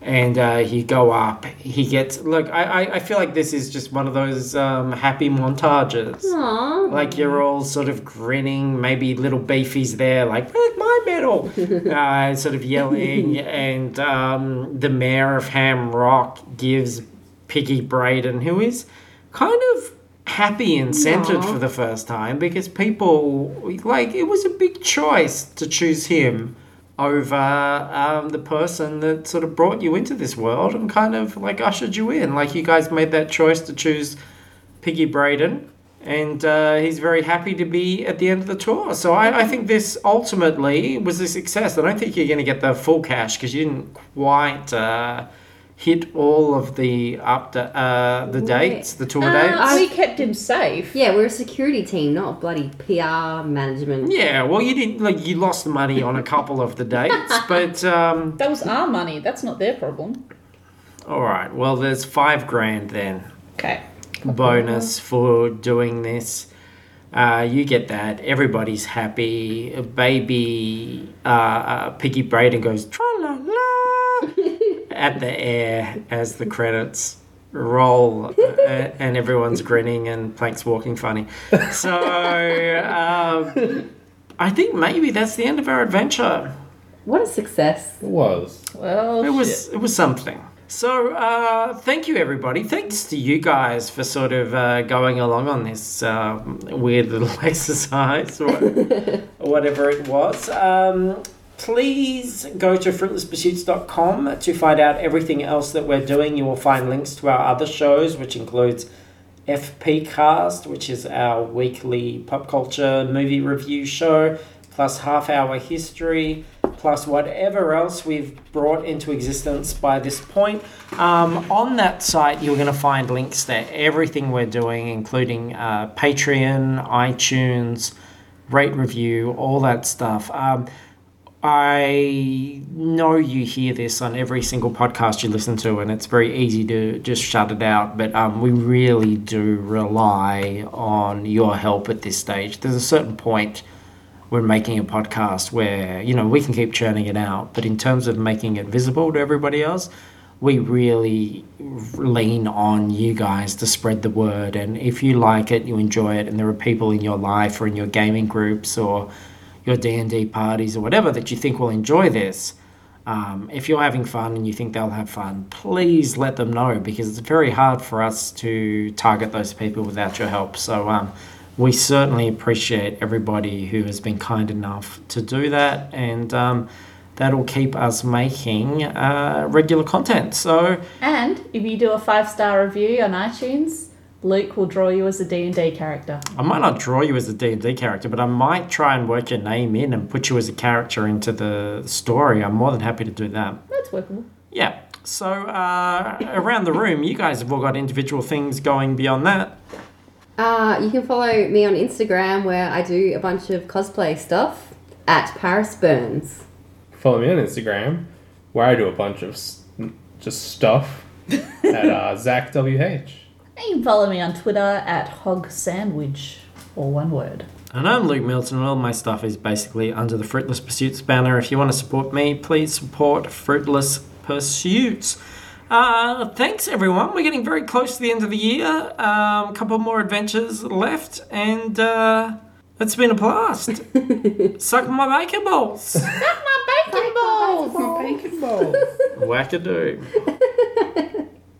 and uh, you go up. He gets look. I, I I feel like this is just one of those um, happy montages.
Aww.
Like you're all sort of grinning, maybe little beefies there, like, where's my medal? uh, sort of yelling. and um, the mayor of Ham Rock gives Piggy Braden, who is kind of happy and centered
Aw.
for the first time because people, like, it was a big choice to choose him over um, the person that sort of brought you into this world and kind of like ushered you in. Like, you guys made that choice to choose Piggy Braden, and uh, he's very happy to be at the end of the tour. So I, I think this ultimately was a success. I don't think you're going to get the full cash because you didn't quite uh, hit all of the up to, uh, the
Right.
dates, the tour
Uh,
dates.
we kept him safe.
Yeah, we're a security team, not a bloody PR management.
Yeah, well, you didn't like you lost money on a couple of the dates, but um,
That was our money. That's not their problem.
all right. Well, there's five grand then.
Okay.
bonus for doing this. Uh, you get that. Everybody's happy. Baby uh, uh, Piggy Braden goes tra la la at the air as the credits roll, uh, and everyone's grinning and Plank's walking funny. So um, I think maybe that's the end of our adventure.
What a success.
It was.
Well,
It
shit.
was it was something. So uh, thank you everybody. Thanks to you guys for sort of uh, going along on this uh, weird little exercise or whatever it was. Um, please go to fruitlesspursuits.com to find out everything else that we're doing. You will find links to our other shows, which includes FP Cast, which is our weekly pop culture movie review show, plus half hour history, plus whatever else we've brought into existence by this point. Um, on that site, you're going to find links to everything we're doing, including uh, Patreon, iTunes, rate review, all that stuff. Um, I know you hear this on every single podcast you listen to, and it's very easy to just shut it out. But um, we really do rely on your help at this stage. There's a certain point when making a podcast where you know we can keep churning it out, but in terms of making it visible to everybody else, we really lean on you guys to spread the word. And if you like it, you enjoy it, and there are people in your life or in your gaming groups or your D&D parties or whatever that you think will enjoy this, um, if you're having fun and you think they'll have fun, please let them know because it's very hard for us to target those people without your help. So um, we certainly appreciate everybody who has been kind enough to do that, and um, that'll keep us making uh, regular content. So
And if you do a five star review on iTunes, Luke will draw you as a D&D character.
I might not draw you as a D&D character, but I might try and work your name in and put you as a character into the story. I'm more than happy to do that.
That's workable.
Yeah. So uh, around the room, you guys have all got individual things going beyond that.
Uh, you can follow me on Instagram where I do a bunch of cosplay stuff at Paris Burns.
Follow me on Instagram, where I do a bunch of s- just stuff at uh, Zach WH.
And you can follow me on Twitter at Hog Sandwich, or one word.
And I'm Luke Milton, and all my stuff is basically under the Fruitless Pursuits banner. If you want to support me, please support Fruitless Pursuits. Uh, thanks, everyone. We're getting very close to the end of the year. A um, couple more adventures left, and uh, it's been a blast. Suck my bacon balls.
My baking balls!
Bacon balls.
Wackadoo.